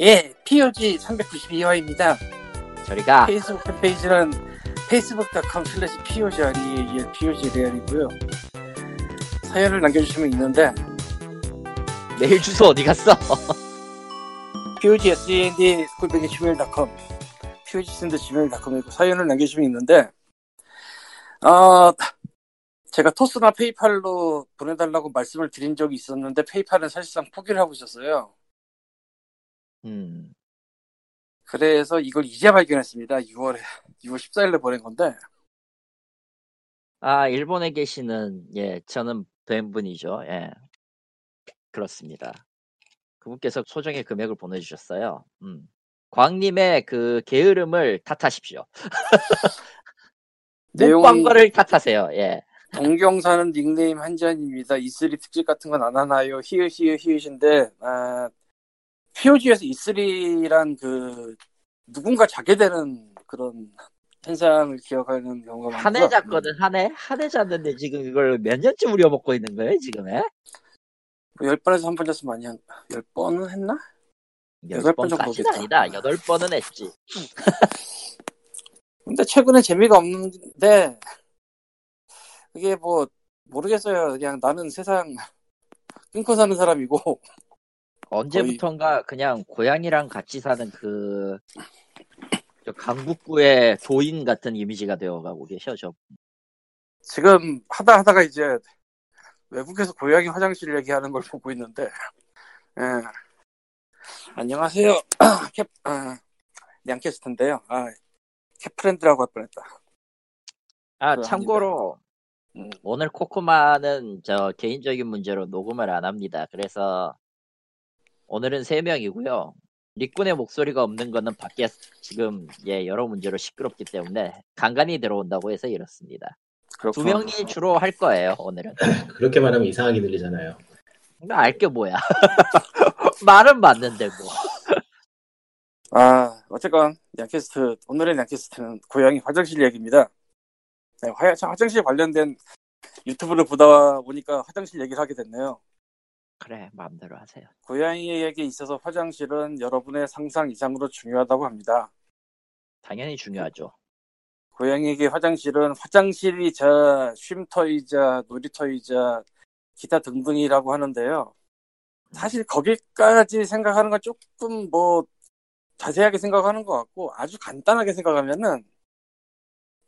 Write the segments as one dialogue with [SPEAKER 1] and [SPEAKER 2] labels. [SPEAKER 1] 예, POG 392화입니다.
[SPEAKER 2] 저리가
[SPEAKER 1] 페이스북 팬페이지는 facebook.com slash POG REAL, POG REAL이고요. 사연을 남겨주시면 있는데,
[SPEAKER 2] 메일 주소 어디 갔어?
[SPEAKER 1] POG SEND 골뱅이 gmail.com, POG 샌드 gmail.com이고 사연을 남겨주시면 있는데, 어, 제가 토스나 페이팔로 보내달라고 말씀을 드린 적이 있었는데, 페이팔은 사실상 포기를 하고 있었어요.
[SPEAKER 2] 음,
[SPEAKER 1] 그래서 이걸 이제 발견했습니다. 6월에, 6월 14일에 보낸 건데,
[SPEAKER 2] 아 일본에 계시는 예 저는 된 분이죠. 예 그렇습니다. 그분께서 소정의 금액을 보내주셨어요. 음. 광님의 그 게으름을 탓하십시오.
[SPEAKER 1] 내용이-
[SPEAKER 2] 목광거를 탓하세요. 예.
[SPEAKER 1] 동경 사는 닉네임 한지환입니다. E3 특집 같은 건 안 하나요? 히읗 히읗 히읗인데 아, POG에서 E3란 그 누군가 자게 되는 그런 현상을 기억하는 경우가 많고
[SPEAKER 2] 한해 잤거든 한해 한해 잤는데 지금 이걸 몇 년째 우려먹고 있는 거예요 지금에?
[SPEAKER 1] 음, 열 번에서 한 번 잤으면 많이 한열 번은 했나? 여덟 번 정도
[SPEAKER 2] 번까지는
[SPEAKER 1] 됐다.
[SPEAKER 2] 아니다. 여덟 번은 했지.
[SPEAKER 1] 근데 최근에 재미가 없는데 그게 뭐 모르겠어요. 그냥 나는 세상 끊고 사는 사람이고
[SPEAKER 2] 언제부턴가 그냥 고양이랑 같이 사는 그저 강북구의 도인 같은 이미지가 되어가고 계셔 저.
[SPEAKER 1] 지금 하다 하다가 이제 외국에서 고양이 화장실 얘기하는 걸 보고 있는데, 예. 안녕하세요. 캡, 아, 냥캐스트인데요. 아, 캡프렌드라고 할 뻔했다.
[SPEAKER 2] 아
[SPEAKER 1] 그거
[SPEAKER 2] 참고로
[SPEAKER 1] 음.
[SPEAKER 2] 오늘 코코마는 저 개인적인 문제로 녹음을 안 합니다. 그래서 오늘은 세 명이고요. 리꾼의 목소리가 없는 거는 밖에 지금 예 여러 문제로 시끄럽기 때문에 간간히 들어온다고 해서 이렇습니다. 두 명이 주로 할 거예요 오늘은.
[SPEAKER 3] 그렇게 말하면 이상하게 들리잖아요.
[SPEAKER 2] 알게 뭐야. 말은 맞는데 뭐.
[SPEAKER 1] 아, 어쨌건, 냥캐스트, 오늘의 냥캐스트는 고양이 화장실 얘기입니다. 네, 화, 화장실 관련된 유튜브를 보다 보니까 화장실 얘기를 하게 됐네요.
[SPEAKER 2] 그래 마음대로 하세요.
[SPEAKER 1] 고양이에게 있어서 화장실은 여러분의 상상 이상으로 중요하다고 합니다.
[SPEAKER 2] 당연히
[SPEAKER 1] 그
[SPEAKER 2] 중요하죠.
[SPEAKER 1] 고양이에게 화장실은 화장실이자 쉼터이자 놀이터이자 기타 등등이라고 하는데요. 사실 거기까지 생각하는 건 조금 뭐 자세하게 생각하는 것 같고 아주 간단하게 생각하면은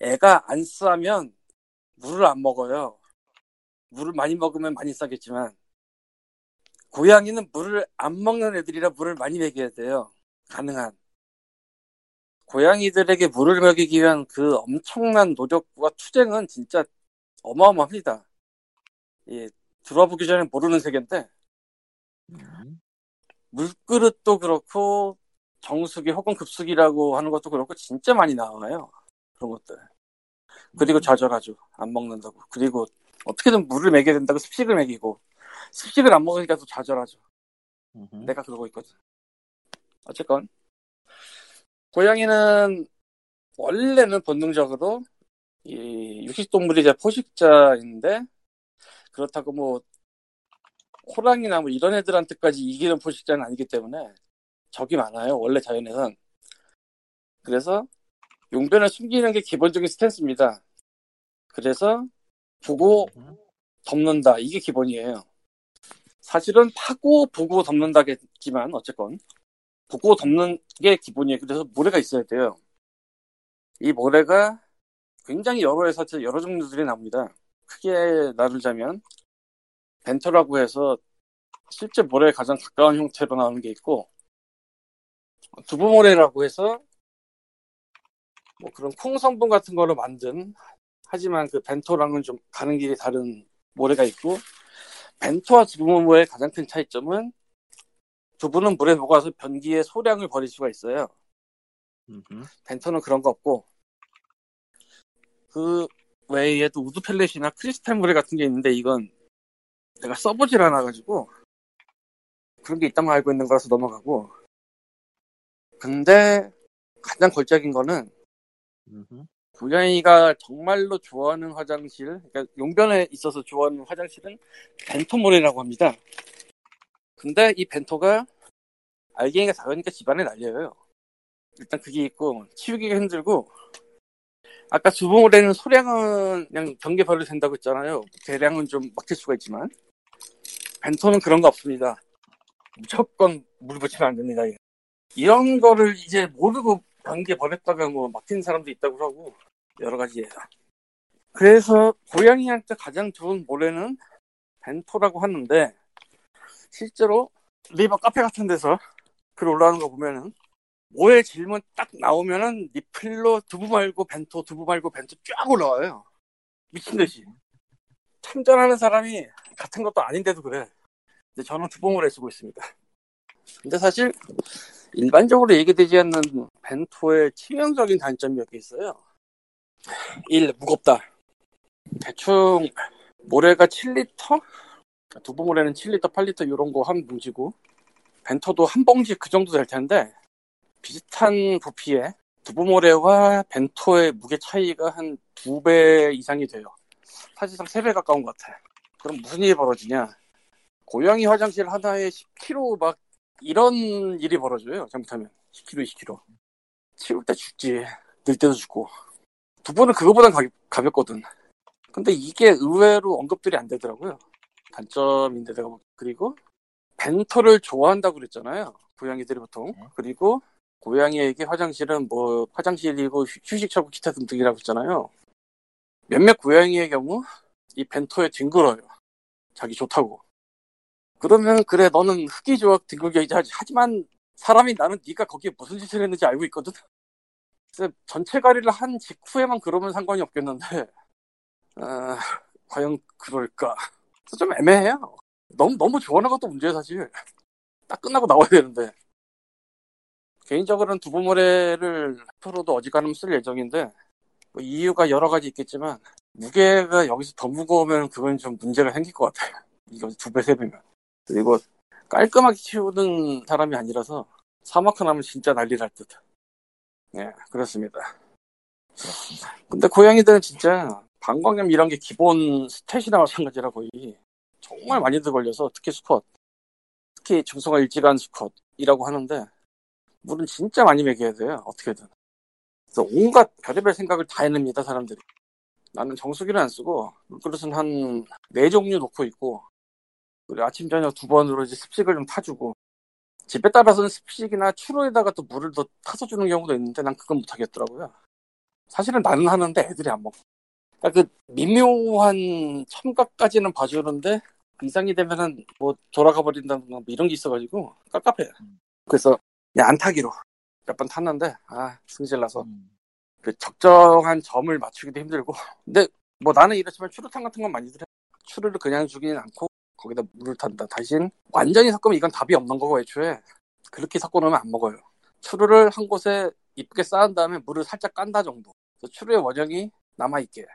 [SPEAKER 1] 애가 안 싸면 물을 안 먹어요. 물을 많이 먹으면 많이 싸겠지만 고양이는 물을 안 먹는 애들이라 물을 많이 먹여야 돼요. 가능한. 고양이들에게 물을 먹이기 위한 그 엄청난 노력과 투쟁은 진짜 어마어마합니다. 예, 들어보기 전에 모르는 세계인데
[SPEAKER 2] 음.
[SPEAKER 1] 물그릇도 그렇고 정수기 혹은 급수기라고 하는 것도 그렇고 진짜 많이 나와요. 그런 것들.
[SPEAKER 2] 음.
[SPEAKER 1] 그리고 좌절하죠. 안 먹는다고. 그리고 어떻게든 물을 먹여야 된다고 습식을 먹이고 습식을 안 먹으니까 또 좌절하죠.
[SPEAKER 2] 음흠.
[SPEAKER 1] 내가 그러고 있거든. 어쨌건 고양이는 원래는 본능적으로 이 육식동물이자 포식자인데 그렇다고 뭐 호랑이나 뭐 이런 애들한테까지 이기는 포식자는 아니기 때문에 적이 많아요. 원래 자연에선 그래서 용변을 숨기는 게 기본적인 스탠스입니다. 그래서 보고
[SPEAKER 2] 음.
[SPEAKER 1] 덮는다. 이게 기본이에요. 사실은 파고 보고 덮는다겠지만 어쨌건 보고 덮는 게 기본이에요. 그래서 모래가 있어야 돼요. 이 모래가 굉장히 여러 회사 여러 종류들이 나옵니다. 크게 나누자면 벤터라고 해서 실제 모래에 가장 가까운 형태로 나오는 게 있고 두부모래라고 해서 뭐 그런 콩 성분 같은 거로 만든 하지만 그 벤토랑은 좀 가는 길이 다른 모래가 있고 벤토와 두부모의 가장 큰 차이점은 두부는 물에 녹아서 변기에 소량을 버릴 수가 있어요.
[SPEAKER 2] 음흠.
[SPEAKER 1] 벤토는 그런 거 없고 그 외에도 우드 펠렛이나 크리스탈 모래 같은 게 있는데 이건 내가 써보질 않아가지고 그런 게 있다만 알고 있는 거라서 넘어가고 근데 가장 걸작인 거는
[SPEAKER 2] 음흠.
[SPEAKER 1] 고양이가 정말로 좋아하는 화장실, 그러니까 용변에 있어서 좋아하는 화장실은 벤토모래라고 합니다. 근데 이 벤토가 알갱이가 작으니까 집안에 날려요. 일단 그게 있고 치우기가 힘들고 아까 주봉오래는 소량은 그냥 경계 발효 된다고 했잖아요. 대량은 좀 막힐 수가 있지만 벤토는 그런 거 없습니다. 무조건 물 붙이면 안 됩니다. 이거. 이런 거를 이제 모르고 경계 버렸다가 뭐 막힌 사람도 있다고 하고 여러 가지예요. 그래서 고양이한테 가장 좋은 모래는 벤토라고 하는데 실제로 네이버 카페 같은 데서 글 올라오는 거 보면은 모의 질문 딱 나오면은 니플로 두부 말고 벤토 두부 말고 벤토 쫙 올라와요 미친 듯이 참전하는 사람이 같은 것도 아닌데도 그래 근데 저는 두봉을 해쓰고 있습니다 근데 사실 일반적으로 얘기되지 않는 벤토의 치명적인 단점이 몇 개 있어요 1. 무겁다 대충 모래가 7리터? 두부모래는 7리터, 8리터 이런 거 한 뭉치고 벤토도 한 봉지 그 정도 될 텐데 비슷한 부피에 두부모래와 벤토의 무게 차이가 한 두 배 이상이 돼요. 사실상 세 배 가까운 것 같아. 그럼 무슨 일이 벌어지냐? 고양이 화장실 하나에 10kg 막 이런 일이 벌어져요. 잘못하면 10kg, 20kg. 치울 때 죽지. 늘 때도 죽고. 두부는 그거보단 가- 가볍거든. 근데 이게 의외로 언급들이 안 되더라고요. 단점인데 내가 볼- 그리고 벤토를 좋아한다고 그랬잖아요. 고양이들이 보통. 그리고 고양이에게 화장실은 뭐 화장실이고 휴- 휴식처고 기타 등등이라고 했잖아요. 몇몇 고양이의 경우 이 벤토에 뒹굴어요. 자기 좋다고. 그러면 그래 너는 흙이 좋아 뒹굴게 하지. 하지만 사람이 나는 네가 거기에 무슨 짓을 했는지 알고 있거든. 그래서 전체 가리를 한 직후에만 그러면 상관이 없겠는데 아, 과연 그럴까? 그래서 좀 애매해요. 너무 너무 좋아하는 것도 문제예요 사실. 딱 끝나고 나와야 되는데 개인적으로는 두부모래를 앞으로도 어지간하면 쓸 예정인데 뭐 이유가 여러 가지 있겠지만 무게가 여기서 더 무거우면 그건 좀 문제가 생길 것 같아요. 이거 두 배 세 배면 그리고 깔끔하게 키우는 사람이 아니라서 사마크 나면 진짜 난리 날 듯. 예, 그렇습니다.
[SPEAKER 2] 그렇습니다.
[SPEAKER 1] 근데 고양이들은 진짜 방광염 이런 게 기본 스탯이나 마찬가지라 거의 정말 많이들 걸려서 특히 수컷 특히 중성화 일찍한 수컷이라고 하는데 물은 진짜 많이 먹여야 돼요 어떻게든 그래서 온갖 별의별 생각을 다 해냅니다 사람들이 나는 정수기를 안 쓰고 물그릇은 한 네 종류 놓고 있고 그리고 아침 저녁 두 번으로 이제 습식을 좀 타주고 집에 따라서는 습식이나 추로에다가 또 물을 더 타서 주는 경우도 있는데 난 그건 못하겠더라고요 사실은 나는 하는데 애들이 안 먹고. 그러니까 그 미묘한 첨가까지는 봐주는데 그 이상이 되면은 뭐 돌아가 버린다든가 뭐 이런 게 있어가지고 깝깝해. 그래서 그냥 안 타기로 몇 번 탔는데 아 승질나서
[SPEAKER 2] 음.
[SPEAKER 1] 그 적정한 점을 맞추기도 힘들고. 근데 뭐 나는 이렇지만 추루탕 같은 건 많이들 해. 추루를 그냥 주긴 않고 거기다 물을 탄다. 대신 완전히 섞으면 이건 답이 없는 거고 애초에 그렇게 섞어놓으면 안 먹어요. 추루를 한 곳에 이쁘게 쌓은 다음에 물을 살짝 깐다 정도. 그래서 추루의 원형이 남아있게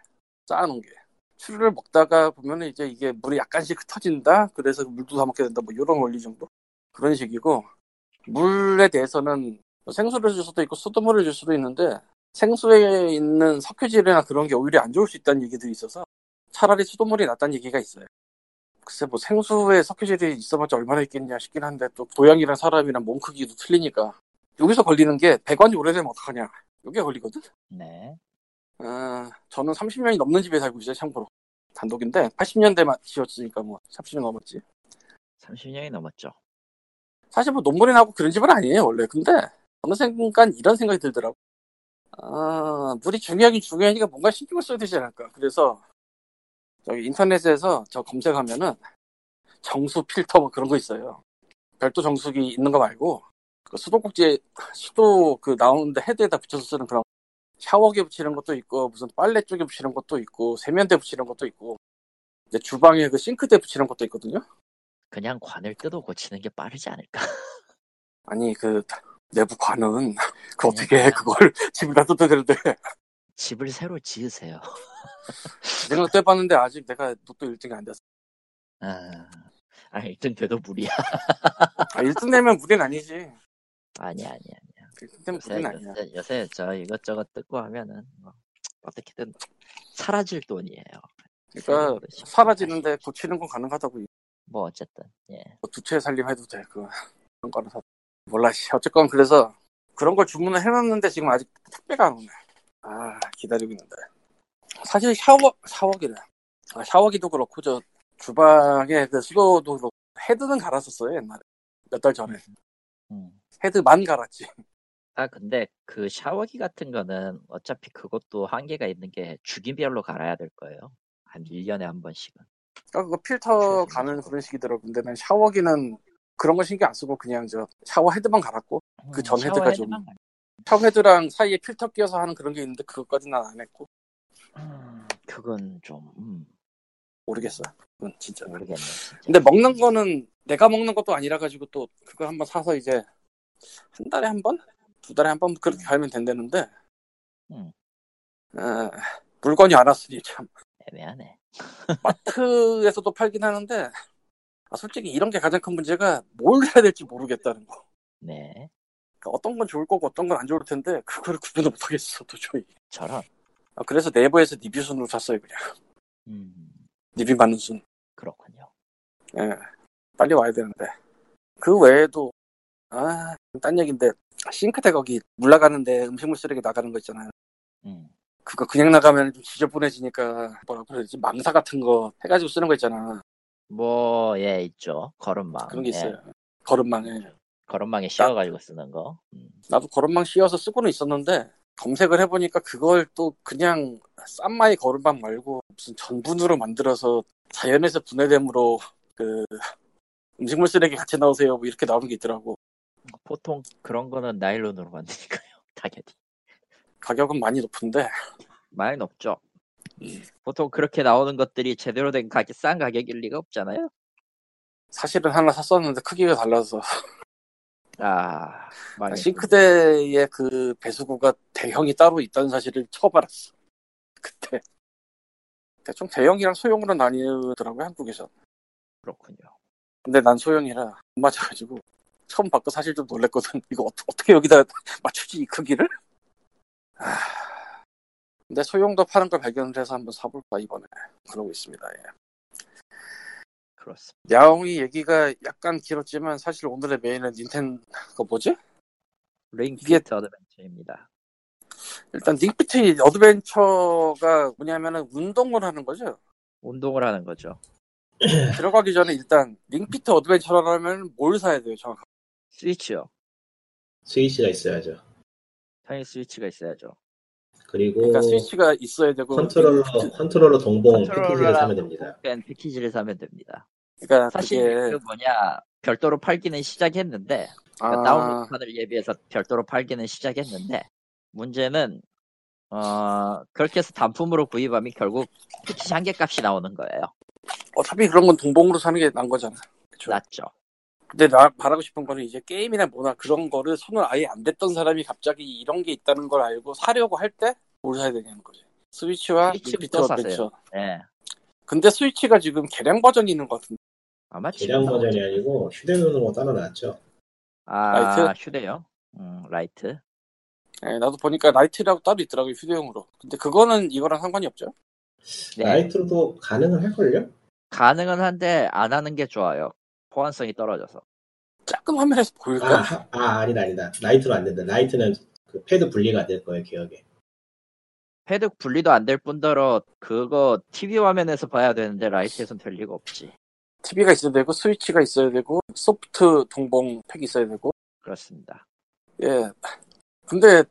[SPEAKER 1] 쌓아놓은 게. 추루를 먹다가 보면 은 이제 이게 물이 약간씩 흩어진다. 그래서 물도 다 먹게 된다. 뭐 이런 원리 정도. 그런 식이고 물에 대해서는 뭐 생수를 줄 수도 있고 수돗물을 줄 수도 있는데 생수에 있는 석유질이나 그런 게 오히려 안 좋을 수 있다는 얘기도 있어서 차라리 수돗물이 낫다는 얘기가 있어요. 글쎄 뭐 생수에 석유질이 있어봤자 얼마나 있겠냐 싶긴 한데 또 고양이랑 사람이랑 몸 크기도 틀리니까 여기서 걸리는 게 100원이 오래되면 어떡하냐 이게 걸리거든?
[SPEAKER 2] 네.
[SPEAKER 1] 아, 저는 30년이 넘는 집에 살고 있어요 참고로 단독인데 80년대만 지었으니까 뭐 30년 넘었지
[SPEAKER 2] 30년이 넘었죠.
[SPEAKER 1] 사실 뭐 논문이 나고 그런 집은 아니에요 원래 근데 어느 순간 이런 생각이 들더라고 아 물이 중요하긴 중요하니까 뭔가 신경을 써야 되지 않을까 그래서 저기 인터넷에서 저 검색하면은 정수 필터 뭐 그런 거 있어요 별도 정수기 있는 거 말고 그 수도꼭지 수도 그 나오는데 헤드에다 붙여서 쓰는 그런 샤워기에 붙이는 것도 있고 무슨 빨래 쪽에 붙이는 것도 있고 세면대 붙이는 것도 있고 이제 주방에 그 싱크대 붙이는 것도 있거든요
[SPEAKER 2] 그냥 관을 뜯어 고치는 게 빠르지 않을까?
[SPEAKER 1] 아니 그 내부 관은 그 어떻게 해, 그걸 집에다 뜯어내는데
[SPEAKER 2] 집을 새로 지으세요.
[SPEAKER 1] 내가 떼봤는데 아직 내가 로또 1등이 안 됐어
[SPEAKER 2] 아, 아 일단 돼도 무리야.
[SPEAKER 1] 아 1등 되면 무리는 아니지
[SPEAKER 2] 아니 아니 아니.
[SPEAKER 1] 1등 되면
[SPEAKER 2] 요새,
[SPEAKER 1] 무리는 아니야
[SPEAKER 2] 요새, 요새 저 이것저것 뜯고 하면은 뭐 어떻게든 사라질 돈이에요.
[SPEAKER 1] 그러니까 사라지는데 고치는 건 가능하다고
[SPEAKER 2] 뭐 어쨌든 예.
[SPEAKER 1] 뭐 두채 살림 해도 돼 그거. 그런 거는 사 몰라 씨. 어쨌건 그래서 그런 걸 주문을 해놨는데 지금 아직 택배가 안 오네 아 기다리고 있는데 사실 샤워 샤워기는 아, 샤워기도 그렇고 저 주방에 그 수도도 그렇고 헤드는 갈았었어요 옛날에 몇 달 전에
[SPEAKER 2] 음.
[SPEAKER 1] 헤드만 갈았지
[SPEAKER 2] 아 근데 그 샤워기 같은 거는 어차피 그것도 한계가 있는 게 주기별로 갈아야 될 거예요. 한 1년에 한 번씩은.
[SPEAKER 1] 그러니까 그 필터 가는 그런 식이더라고 근데 난 샤워기는 그런 거 신경 안 쓰고 그냥 저 샤워 헤드만 갈았고 그전 헤드가
[SPEAKER 2] 샤워
[SPEAKER 1] 좀-
[SPEAKER 2] 헤드만 갈-
[SPEAKER 1] 샤워 헤드랑 사이에 필터 끼워서 하는 그런 게 있는데 그것까지 는 난 안 했고
[SPEAKER 2] 음, 그건 좀 음,
[SPEAKER 1] 모르겠어 그건 진짜
[SPEAKER 2] 모르겠네. 진짜.
[SPEAKER 1] 근데 먹는 거는 내가 먹는 것도 아니라 가지고 또 그걸 한번 사서 이제 한 달에 한 번, 두 달에 한 번 그렇게 갈면 된다는데
[SPEAKER 2] 음.
[SPEAKER 1] 어, 물건이 안 왔으니 참
[SPEAKER 2] 애매하네.
[SPEAKER 1] 마트에서도 팔긴 하는데 아, 솔직히 이런 게 가장 큰 문제가 뭘 해야 될지 모르겠다는 거.
[SPEAKER 2] 네.
[SPEAKER 1] 그러니까 어떤 건 좋을 거고 어떤 건 안 좋을 텐데 그걸 구분을 못하겠어 도저히.
[SPEAKER 2] 저런.
[SPEAKER 1] 아, 그래서 네이버에서 리뷰 순으로 샀어요 그냥
[SPEAKER 2] 음,
[SPEAKER 1] 리뷰 받는 순.
[SPEAKER 2] 그렇군요.
[SPEAKER 1] 예, 빨리 와야 되는데. 그 외에도, 아, 딴 얘기인데, 싱크대 거기 물 나가는데 음식물 쓰레기 나가는 거 있잖아요.
[SPEAKER 2] 음,
[SPEAKER 1] 그거 그냥 나가면 좀 지저분해지니까, 뭐라고 해야 되지? 망사 같은 거 해가지고 쓰는 거 있잖아.
[SPEAKER 2] 뭐예 있죠. 거름망.
[SPEAKER 1] 그런 게
[SPEAKER 2] 예.
[SPEAKER 1] 있어요. 거름망에.
[SPEAKER 2] 거름망에 씌워가지고 쓰는 거. 음.
[SPEAKER 1] 나도 거름망 씌워서 쓰고는 있었는데, 검색을 해보니까 그걸 또 그냥 싼마이 거름망 말고 무슨 전분으로 만들어서 자연에서 분해됨으로 그 음식물 쓰레기 같이 나오세요. 뭐 이렇게 나오는 게 있더라고.
[SPEAKER 2] 보통 그런 거는 나일론으로 만드니까요. 당연히.
[SPEAKER 1] 가격은 많이 높은데,
[SPEAKER 2] 많이 높죠.
[SPEAKER 1] 예.
[SPEAKER 2] 보통 그렇게 나오는 것들이 제대로 된 가격, 싼 가격일 리가 없잖아요.
[SPEAKER 1] 사실은 하나 샀었는데 크기가 달라서
[SPEAKER 2] 아, 망했군.
[SPEAKER 1] 싱크대의 그 배수구가 대형이 따로 있다는 사실을 처음 알았어. 그때 대충 대형이랑 소형으로 나뉘더라고요 한국에서.
[SPEAKER 2] 그렇군요.
[SPEAKER 1] 근데 난 소형이라 안 맞아가지고 처음 받고 사실 좀 놀랬거든. 이거 어, 어떻게 여기다 맞추지 이 크기를? 아, 근데 소형도 파는 걸 발견을 해서 한번 사볼까 이번에 그러고 있습니다. 예.
[SPEAKER 2] 그렇습니다.
[SPEAKER 1] 야옹이 얘기가 약간 길었지만 사실 오늘의 메인은 닌텐 그 뭐지?
[SPEAKER 2] 링
[SPEAKER 1] 이게-
[SPEAKER 2] 피트 어드벤처입니다.
[SPEAKER 1] 일단 닉피트 어드벤처가 뭐냐면은 운동을 하는 거죠.
[SPEAKER 2] 운동을 하는 거죠.
[SPEAKER 3] 네.
[SPEAKER 1] 들어가기 전에 일단 닉피트 어드벤처라면 뭘 사야 돼요, 정확하게?
[SPEAKER 2] 스위치요.
[SPEAKER 3] 스위치가 있어야죠.
[SPEAKER 2] 당연히 스위치가 있어야죠.
[SPEAKER 3] 그리고
[SPEAKER 1] 그러니까 스위치가 있어야 되고 음,
[SPEAKER 3] 컨트롤러 컨트롤러 동봉 패키지를
[SPEAKER 2] 컨트롤러랑
[SPEAKER 3] 사면 됩니다.
[SPEAKER 2] 그냥 패키지를 사면 됩니다.
[SPEAKER 1] 그러니까
[SPEAKER 2] 사실
[SPEAKER 1] 네. 그게
[SPEAKER 2] 그 뭐냐 별도로 팔기는 시작했는데 그러니까
[SPEAKER 1] 아,
[SPEAKER 2] 다운로드판을 예비해서 별도로 팔기는 시작했는데 문제는 어 그렇게 해서 단품으로 구입하면 결국 패키지 한 개 값이 나오는 거예요.
[SPEAKER 1] 어차피 그런 건 동봉으로 사는 게 나은 거잖아. 그렇죠.
[SPEAKER 2] 낫죠.
[SPEAKER 1] 근데 나 말하고 싶은 거는 이제 게임이나 뭐나 그런 거를 손을 아예 안 댔던 사람이 갑자기 이런 게 있다는 걸 알고 사려고 할 때 뭘 사야 되냐는 거지. 스위치와
[SPEAKER 2] 스위치부터
[SPEAKER 1] 닉피트 어드벤처.
[SPEAKER 2] 사세요. 예.
[SPEAKER 1] 근데 스위치가 지금 개량 버전이 있는 것 같은데.
[SPEAKER 2] 아마 지금
[SPEAKER 3] 대량
[SPEAKER 2] 나오죠.
[SPEAKER 3] 버전이 아니고 휴대폰으로 뭐 따로 나왔죠.
[SPEAKER 2] 아
[SPEAKER 1] 라이트?
[SPEAKER 2] 휴대요. 음 라이트.
[SPEAKER 1] 예, 나도 보니까 라이트라고 따로 있더라고요, 휴대용으로. 근데 그거는 이거랑 상관이 없죠.
[SPEAKER 2] 네.
[SPEAKER 3] 라이트로도 가능은 할걸요?
[SPEAKER 2] 가능은 한데 안 하는 게 좋아요. 호환성이 떨어져서.
[SPEAKER 1] 작은 화면에서
[SPEAKER 3] 아,
[SPEAKER 1] 보일까?
[SPEAKER 3] 아, 아, 아니다 아니다. 라이트로 안 된다. 라이트는 그 패드 분리가 안 될 거예요 기억에.
[SPEAKER 2] 패드 분리도 안 될 뿐더러 그거 TV 화면에서 봐야 되는데 라이트에선 될 리가 없지.
[SPEAKER 1] TV가 있어야 되고 스위치가 있어야 되고 소프트 동봉 팩이 있어야 되고
[SPEAKER 2] 그렇습니다.
[SPEAKER 1] 예. 근데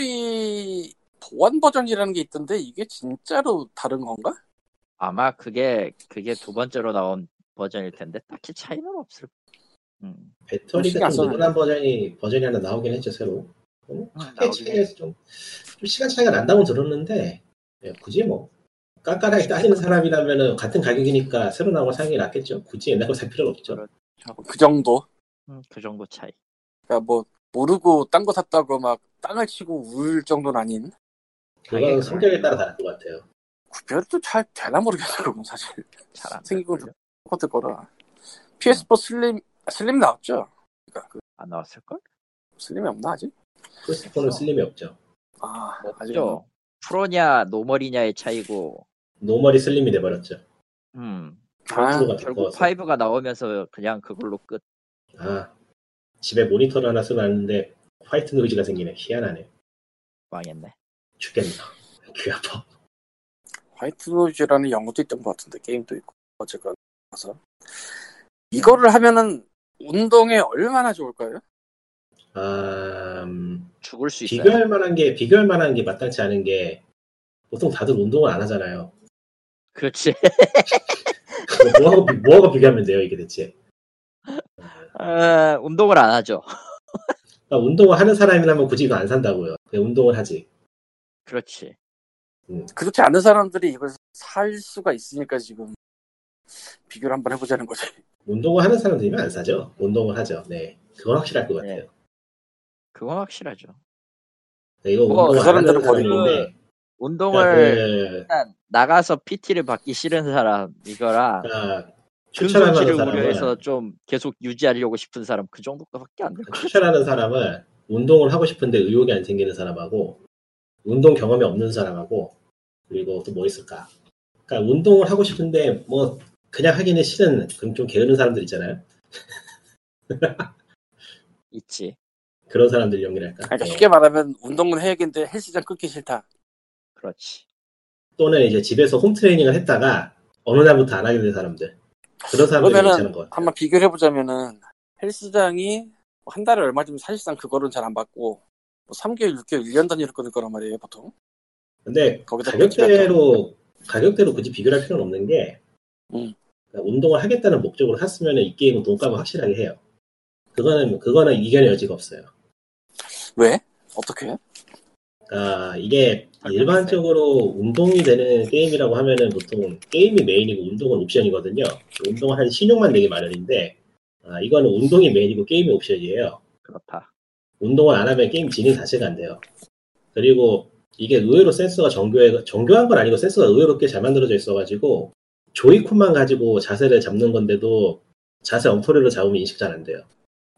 [SPEAKER 1] 배터리 보안 버전이라는 게 있던데 이게 진짜로 다른 건가?
[SPEAKER 2] 아마 그게 그게 두 번째로 나온 버전일 텐데 딱히 차이는 없을. 음,
[SPEAKER 1] 신경
[SPEAKER 3] 배터리가
[SPEAKER 1] 안
[SPEAKER 3] 좀
[SPEAKER 1] 써도
[SPEAKER 3] 늘어난 버전이 버전이 하나 나오긴 했죠 새로. 음, 크게
[SPEAKER 2] 나오긴 해.
[SPEAKER 3] 차이에서 좀, 좀 시간 차이가 난다고 들었는데 예, 굳이 뭐 깐깐하게 따지는 사람이라면은 같은 가격이니까 새로 나온 거 사는 게 낫겠죠. 굳이 옛날 거 살 필요는 없죠.
[SPEAKER 1] 그 정도.
[SPEAKER 2] 음, 그 정도 차이.
[SPEAKER 1] 그러니까 뭐 모르고 딴 거 샀다고 막 땅을 치고 울 정도는 아닌
[SPEAKER 3] 그거는
[SPEAKER 2] 당연히
[SPEAKER 3] 성격에 따라 다른 것 같아요.
[SPEAKER 1] 구별도 잘 되나 모르겠어 그건 사실
[SPEAKER 2] 잘안
[SPEAKER 1] 생긴 건 똑같을 거라 PS4 슬림 슬림 나왔죠? 그러니까 그
[SPEAKER 2] 나왔을 걸?
[SPEAKER 1] 슬림이 없나 아직?
[SPEAKER 3] 플스4는 슬림이 없죠.
[SPEAKER 1] 아 아직
[SPEAKER 2] 없죠.
[SPEAKER 3] 뭐.
[SPEAKER 2] 프로냐 노멀이냐의 차이고.
[SPEAKER 3] 노멀이 슬림이 돼버렸죠.
[SPEAKER 2] 음,
[SPEAKER 1] 아
[SPEAKER 3] 프로가
[SPEAKER 2] 결국
[SPEAKER 3] 두꺼워서.
[SPEAKER 2] 파이브가 나오면서 그냥 그걸로 끝.
[SPEAKER 3] 아, 집에 모니터를 하나 써놨는데 화이트 노이즈가 생기네. 희한하네.
[SPEAKER 2] 망했네.
[SPEAKER 3] 죽겠네. 귀 아파.
[SPEAKER 1] 화이트 노이즈라는 영어도 있던 것 같은데 게임도 있고 어쨌건 가서 이거를 하면은 운동에 얼마나 좋을까요?
[SPEAKER 3] 아, 음,
[SPEAKER 2] 죽을 수 있어요.
[SPEAKER 3] 비교할 만한 게, 비교할 만한 게 마땅치 않은 게 보통 다들 운동을 안 하잖아요.
[SPEAKER 2] 그렇지.
[SPEAKER 3] 뭐하고, 비- 뭐하고 비교하면 돼요, 이게 대체. 그
[SPEAKER 2] 아, 운동을 안 하죠.
[SPEAKER 3] 그러니까 운동을 하는 사람이라면 굳이 이거 안 산다고요. 그냥 운동을 하지.
[SPEAKER 2] 그렇지.
[SPEAKER 1] 그렇지 않은 사람들이 이걸 살 수가 있으니까 지금 비교를 한번 해보자는 거지.
[SPEAKER 3] 운동을 하는 사람들이면 안 사죠. 운동을 하죠. 네. 그건 확실할 것 같아요.
[SPEAKER 2] 그건 확실하죠.
[SPEAKER 3] 그러니까 네, 이거
[SPEAKER 2] 뭐,
[SPEAKER 1] 그
[SPEAKER 3] 운동을 안 하는
[SPEAKER 1] 사람들은
[SPEAKER 3] 사람이
[SPEAKER 1] 버리고.
[SPEAKER 3] 있는데. 그러니까
[SPEAKER 2] 운동을
[SPEAKER 3] 그,
[SPEAKER 2] 일단 나가서 PT를 받기 싫은 사람 이거라
[SPEAKER 3] 그러니까 추천할 만한
[SPEAKER 2] 금손치를
[SPEAKER 3] 사람은
[SPEAKER 2] 우려해서 좀 계속 유지하려고 싶은 사람 그 정도밖에 안 돼.
[SPEAKER 3] 추천하는 사람은 운동을 하고 싶은데 의욕이 안 생기는 사람하고 운동 경험이 없는 사람하고 그리고 또 뭐 있을까? 그러니까 운동을 하고 싶은데 뭐 그냥 하기는 싫은 그럼 좀 게으른 사람들 있잖아요.
[SPEAKER 2] 있지.
[SPEAKER 3] 그런 사람들 영이랄까.
[SPEAKER 1] 그러니까
[SPEAKER 3] 네.
[SPEAKER 1] 쉽게 말하면 운동은 해야겠는데 헬스장 끊기 싫다.
[SPEAKER 2] 그렇지.
[SPEAKER 3] 또는 이제 집에서 홈 트레이닝을 했다가 어느 날부터 안 하게 된 사람들. 그런 사람들이
[SPEAKER 1] 그러면은
[SPEAKER 3] 괜찮은 것 같아요.
[SPEAKER 1] 한번 비교를 해보자면은 헬스장이 한 달에 얼마쯤 사실상 그거는 잘 안 받고 뭐 3개월, 6개월, 1년 단위로 끊을 거란 말이에요 보통.
[SPEAKER 3] 근데
[SPEAKER 1] 거기다
[SPEAKER 3] 가격대로 가격대로 굳이 비교할 필요는 없는 게
[SPEAKER 1] 음.
[SPEAKER 3] 그러니까 운동을 하겠다는 목적으로 샀으면 이 게임은 돈값을 확실하게 해요. 그거는 그거는 이견의 여지가 없어요.
[SPEAKER 1] 왜? 어떻게?
[SPEAKER 3] 그러니까 이게
[SPEAKER 1] 아,
[SPEAKER 2] 설명했어요.
[SPEAKER 3] 일반적으로 운동이 되는 게임이라고 하면은 보통 게임이 메인이고 운동은 옵션이거든요. 운동은 한 신용만 되기 마련인데 아, 이거는 운동이 메인이고 게임이 옵션이에요.
[SPEAKER 2] 그렇다.
[SPEAKER 3] 운동을 안 하면 게임 진행 자체가 안 돼요. 그리고 이게 의외로 센서가 정교해, 정교한 건 아니고 센서가 의외로 꽤 잘 만들어져 있어가지고 조이콘만 가지고 자세를 잡는 건데도 자세 엉터리로 잡으면 인식 잘 안 돼요.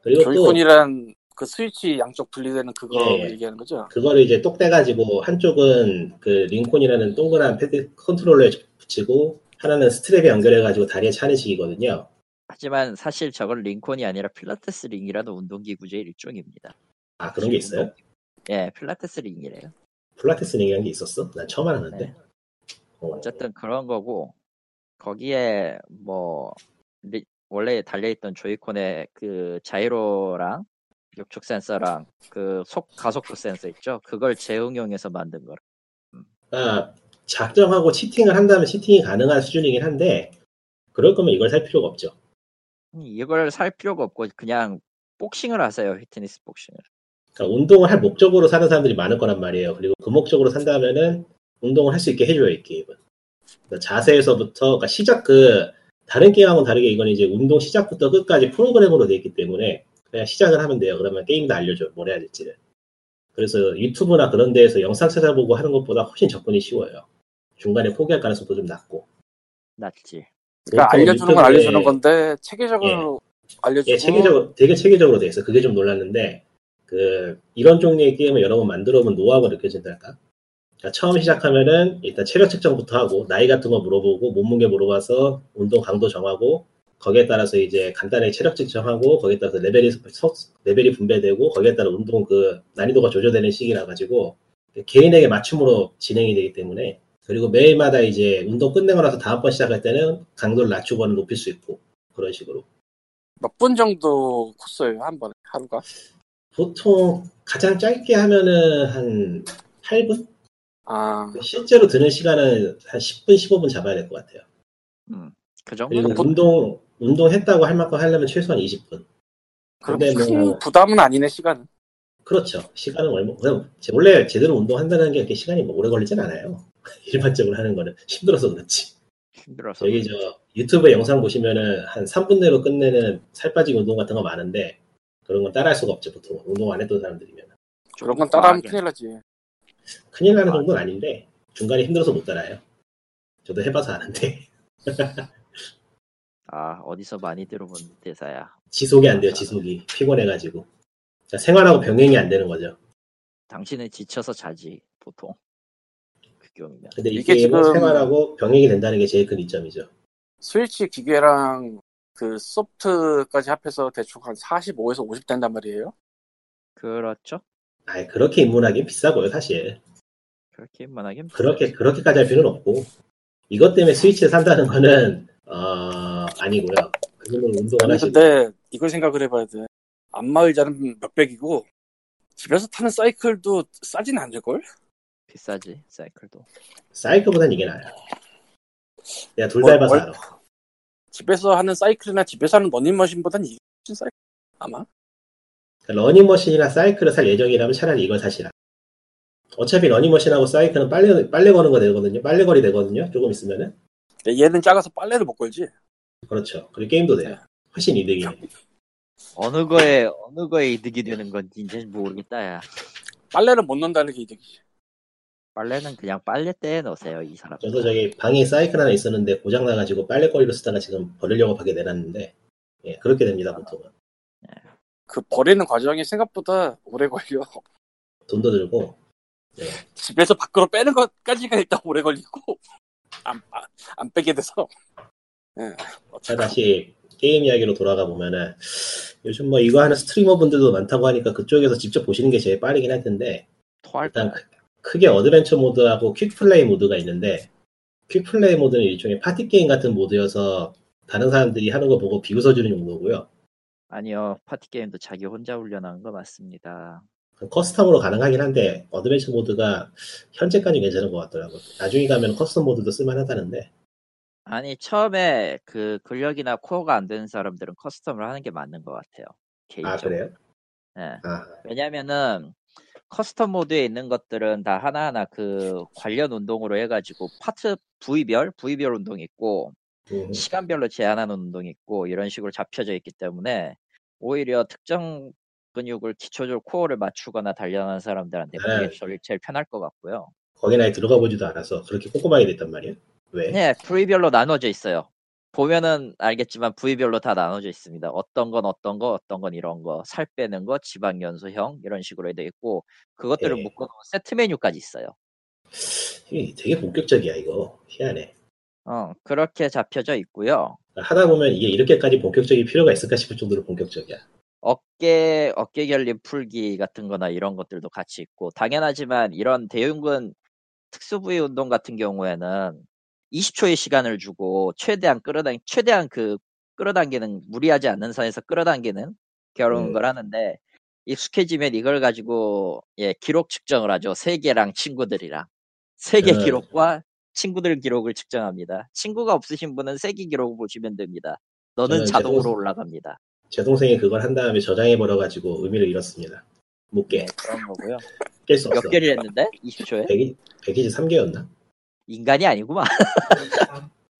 [SPEAKER 3] 그리고 또
[SPEAKER 1] 조이콘이란 그 스위치 양쪽 분리되는 그거
[SPEAKER 3] 예.
[SPEAKER 1] 얘기하는 거죠?
[SPEAKER 3] 그거를 이제 똑 떼가지고 한쪽은 그 링콘이라는 동그란 패드 컨트롤러에 붙이고 하나는 스트랩에 연결해가지고 다리에 차는 식이거든요.
[SPEAKER 2] 하지만 사실 저건 링콘이 아니라 필라테스 링이라는 운동기구의 일종입니다.
[SPEAKER 3] 아 그런 게 있어요?
[SPEAKER 2] 운동- 예, 필라테스 링이래요.
[SPEAKER 3] 플라테스 얘기한 게 있었어? 난 처음 알았는데.
[SPEAKER 2] 네.
[SPEAKER 3] 어.
[SPEAKER 2] 어쨌든 그런 거고 거기에 뭐 리- 원래 달려있던 조이콘의 그 자이로랑 육축 센서랑 그 속 가속도 센서 있죠 그걸 재응용해서 만든 거라
[SPEAKER 3] 아, 작정하고 치팅을 한다면 치팅이 가능한 수준이긴 한데 그럴 거면 이걸 살 필요가 없죠.
[SPEAKER 2] 이걸 살 필요가 없고 그냥 복싱을 하세요 휘트니스 복싱을
[SPEAKER 3] 그러니까 운동을 할 목적으로 사는 사람들이 많을 거란 말이에요. 그리고 그 목적으로 산다면은 운동을 할 수 있게 해줘요 이 게임은. 그러니까 자세에서부터 그러니까 시작 그 다른 게임하고는 다르게 이건 이제 운동 시작부터 끝까지 프로그램으로 돼 있기 때문에 그냥 시작을 하면 돼요. 그러면 게임이 다 알려줘 요뭘 해야 될지를. 그래서 유튜브나 그런 데에서 영상 찾아보고 하는 것보다 훨씬 접근이 쉬워요. 중간에 포기할 가능성도 좀 낮고.
[SPEAKER 2] 낫지
[SPEAKER 1] 그러니까
[SPEAKER 3] 보통
[SPEAKER 1] 알려주는 건
[SPEAKER 3] 유튜브에-
[SPEAKER 1] 알려주는 건데 체계적으로 알려주고
[SPEAKER 3] 예, 체계적으로, 되게 체계적으로 돼 있어. 그게 좀 놀랐는데, 그, 이런 종류의 게임을 여러 번 만들어 보면 노하우가 느껴진달까? 그러니까 처음 시작하면은 일단 체력 측정부터 하고, 나이 같은 거 물어보고, 몸무게 물어봐서 운동 강도 정하고, 거기에 따라서 이제 간단하게 체력 측정하고, 거기에 따라서 레벨이, 서- 레벨이 분배되고, 거기에 따라 운동 그 난이도가 조절되는 시기라 가지고, 개인에게 맞춤으로 진행이 되기 때문에, 그리고 매일마다 이제 운동 끝내고 나서 다음번 시작할 때는 강도를 낮추거나 높일 수 있고, 그런 식으로.
[SPEAKER 1] 몇 분 정도 코스예요 한 번에 하루가?
[SPEAKER 3] 보통 가장 짧게 하면은 한 8분?
[SPEAKER 1] 아
[SPEAKER 3] 실제로 드는 시간은 한 10분, 15분 잡아야 될 것 같아요.
[SPEAKER 2] 음그
[SPEAKER 3] 그리고
[SPEAKER 2] 정도는
[SPEAKER 3] 운동, 운동했다고 할 만큼 하려면 최소한 20분.
[SPEAKER 1] 그럼
[SPEAKER 3] 근데
[SPEAKER 1] 큰
[SPEAKER 3] 뭐-
[SPEAKER 1] 부담은 아니네 시간.
[SPEAKER 3] 그렇죠. 시간은 얼마, 그냥 제- 원래 제대로 운동한다는 게 이렇게 시간이 뭐 오래 걸리진 않아요. 일반적으로 하는 거는 힘들어서 그렇지.
[SPEAKER 2] 힘들어서
[SPEAKER 3] 저기 저 유튜브 영상 보시면은 한 3분 내로 끝내는 살 빠지기 운동 같은 거 많은데 그런 건 따라 할 수가 없죠, 보통. 운동 안 했던 사람들이면.
[SPEAKER 2] 좀
[SPEAKER 1] 그런 건 따라하면
[SPEAKER 2] 과하게.
[SPEAKER 1] 큰일 나지.
[SPEAKER 3] 큰일 나는 정도는 아닌데 중간에 힘들어서 못 따라요. 저도 해봐서 아는데.
[SPEAKER 2] 아 어디서 많이 들어본 대사야
[SPEAKER 3] 지속이 안 돼요, 지속이. 피곤해가지고. 그러니까 생활하고 병행이 안 되는 거죠.
[SPEAKER 2] 당신은 지쳐서 자지 보통 그 경우면
[SPEAKER 3] 근데 이
[SPEAKER 1] 이게
[SPEAKER 3] 게임은 뭐
[SPEAKER 1] 지금-
[SPEAKER 3] 생활하고 병행이 된다는 게 제일 큰 이점이죠.
[SPEAKER 1] 스위치 기계랑 그 소프트까지 합해서 대충 한 45에서 50 된단 말이에요.
[SPEAKER 2] 그렇죠.
[SPEAKER 3] 아이 그렇게 입문하기 비싸고요 사실
[SPEAKER 2] 그렇게 만하긴
[SPEAKER 3] 그렇게 그렇게까지 할 필요는 없고 이것 때문에 스위치를 산다는 거는 어 아니고요 그거는 운동을
[SPEAKER 1] 아니,
[SPEAKER 3] 하시고
[SPEAKER 1] 근데 이걸 생각을 해봐야 돼. 안마의자는 몇백이고 집에서 타는 사이클도 싸진 않을걸?
[SPEAKER 2] 비싸지 사이클도.
[SPEAKER 3] 사이클보단 이게 나아요 내가 둘
[SPEAKER 1] 월-
[SPEAKER 3] 다 해봐서
[SPEAKER 1] 월-
[SPEAKER 3] 알아
[SPEAKER 1] 집에서 하는 사이클이나 집에서 하는 러닝머신보단 이게 훨씬 사이클 아마?
[SPEAKER 3] 그러니까 러닝머신이나 사이클을 살 예정이라면 차라리 이걸 사시라 어차피 러닝머신하고 사이클은 빨래 빨래 거는 거 되거든요 빨래거리 되거든요 조금 있으면은
[SPEAKER 1] 근데 얘는 작아서 빨래를 못 걸지.
[SPEAKER 3] 그렇죠 그리고 게임도 돼요 훨씬 이득이에요
[SPEAKER 2] 어느 거에 어느 거에 이득이 되는 건지 이제 모르겠다. 야.
[SPEAKER 1] 빨래를 못 넣는다는 게 이득이지.
[SPEAKER 2] 빨래는 그냥 빨래대에 넣으세요 이 사람.
[SPEAKER 3] 저도 저기 방에 사이클 하나 있었는데 고장 나가지고 빨래거리로 쓰다가 지금 버리려고 밖에 내놨는데 예 그렇게 됩니다 보통은
[SPEAKER 1] 그 버리는 과정이 생각보다 오래 걸려.
[SPEAKER 3] 돈도 들고
[SPEAKER 1] 집에서 밖으로 빼는 것까지가 일단 오래 걸리고 안, 아, 안 빼게 돼서 예,
[SPEAKER 3] 자,
[SPEAKER 1] 어쨌든
[SPEAKER 3] 다시 게임 이야기로 돌아가 보면은 요즘 뭐 이거 하는 스트리머 분들도 많다고 하니까 그쪽에서 직접 보시는 게 제일 빠르긴 할 텐데
[SPEAKER 2] 토할
[SPEAKER 3] 일단
[SPEAKER 2] 거야.
[SPEAKER 3] 크- 크게 어드벤처 모드하고 퀵플레이 모드가 있는데 퀵플레이 모드는 일종의 파티 게임 같은 모드여서 다른 사람들이 하는 거 보고 비웃어주는 용도고요
[SPEAKER 2] 아니요 파티 게임도 자기 혼자 훈련하는 거 맞습니다.
[SPEAKER 3] 커스텀으로 가능하긴 한데 어드벤처 모드가 현재까지 괜찮은 것 같더라고요 나중에 가면 커스텀 모드도 쓸만하다는데
[SPEAKER 2] 아니 처음에 그 근력이나 코어가 안 되는 사람들은 커스텀을 하는 게 맞는 것 같아요.
[SPEAKER 3] 아
[SPEAKER 2] 개인적으로.
[SPEAKER 3] 그래요?
[SPEAKER 2] 예.
[SPEAKER 3] 아
[SPEAKER 2] 왜냐면은 커스텀 모드에 있는 것들은 다 하나하나 그 관련 운동으로 해가지고 파트 부위별 부위별 운동이 있고
[SPEAKER 3] 음,
[SPEAKER 2] 시간별로 제한하는 운동이 있고 이런 식으로 잡혀져 있기 때문에 오히려 특정 근육을 기초적으로 코어를 맞추거나 단련하는 사람들한테 그게
[SPEAKER 3] 네.
[SPEAKER 2] 제일, 제일 편할 것 같고요.
[SPEAKER 3] 거기 나에 들어가 보지도 않아서 그렇게 꼼꼼하게 됐단 말이에요 왜?
[SPEAKER 2] 네, 부위별로 나눠져 있어요. 보면은 알겠지만 부위별로 다 나눠져 있습니다. 어떤 건 어떤 거, 어떤 건 이런 거, 살 빼는 거, 지방 연소형 이런 식으로 되어 있고 그것들을
[SPEAKER 3] 예.
[SPEAKER 2] 묶어놓은 세트 메뉴까지 있어요.
[SPEAKER 3] 이게 되게 본격적이야 이거 희한해
[SPEAKER 2] 어, 그렇게 잡혀져 있고요.
[SPEAKER 3] 하다 보면 이게 이렇게까지 본격적인 필요가 있을까 싶을 정도로 본격적이야
[SPEAKER 2] 어깨 어깨 결림 풀기 같은 거나 이런 것들도 같이 있고 당연하지만 이런 대흉근 특수부위 운동 같은 경우에는 20초의 시간을 주고 최대한 끌어당 최대한 그 끌어당기는 무리하지 않는 선에서 끌어당기는 결혼
[SPEAKER 3] 음.
[SPEAKER 2] 걸 하는데 익숙해지면 이걸 가지고 예 기록 측정을 하죠 세계랑 친구들이랑 세계
[SPEAKER 3] 음.
[SPEAKER 2] 기록과 친구들 기록을 측정합니다 친구가 없으신 분은 세계 기록을 보시면 됩니다 너는
[SPEAKER 3] 저는 네, 이제
[SPEAKER 2] 자동으로
[SPEAKER 3] 또-
[SPEAKER 2] 올라갑니다
[SPEAKER 3] 제 동생이 그걸 한 다음에 저장해 버려가지고 의미를 잃었습니다 못
[SPEAKER 2] 네,
[SPEAKER 3] 깨
[SPEAKER 2] 그런 거고요
[SPEAKER 3] 깰 수 없어
[SPEAKER 2] 몇 개를 했는데 20초에
[SPEAKER 3] 100, 123개였나?
[SPEAKER 2] 인간이 아니구만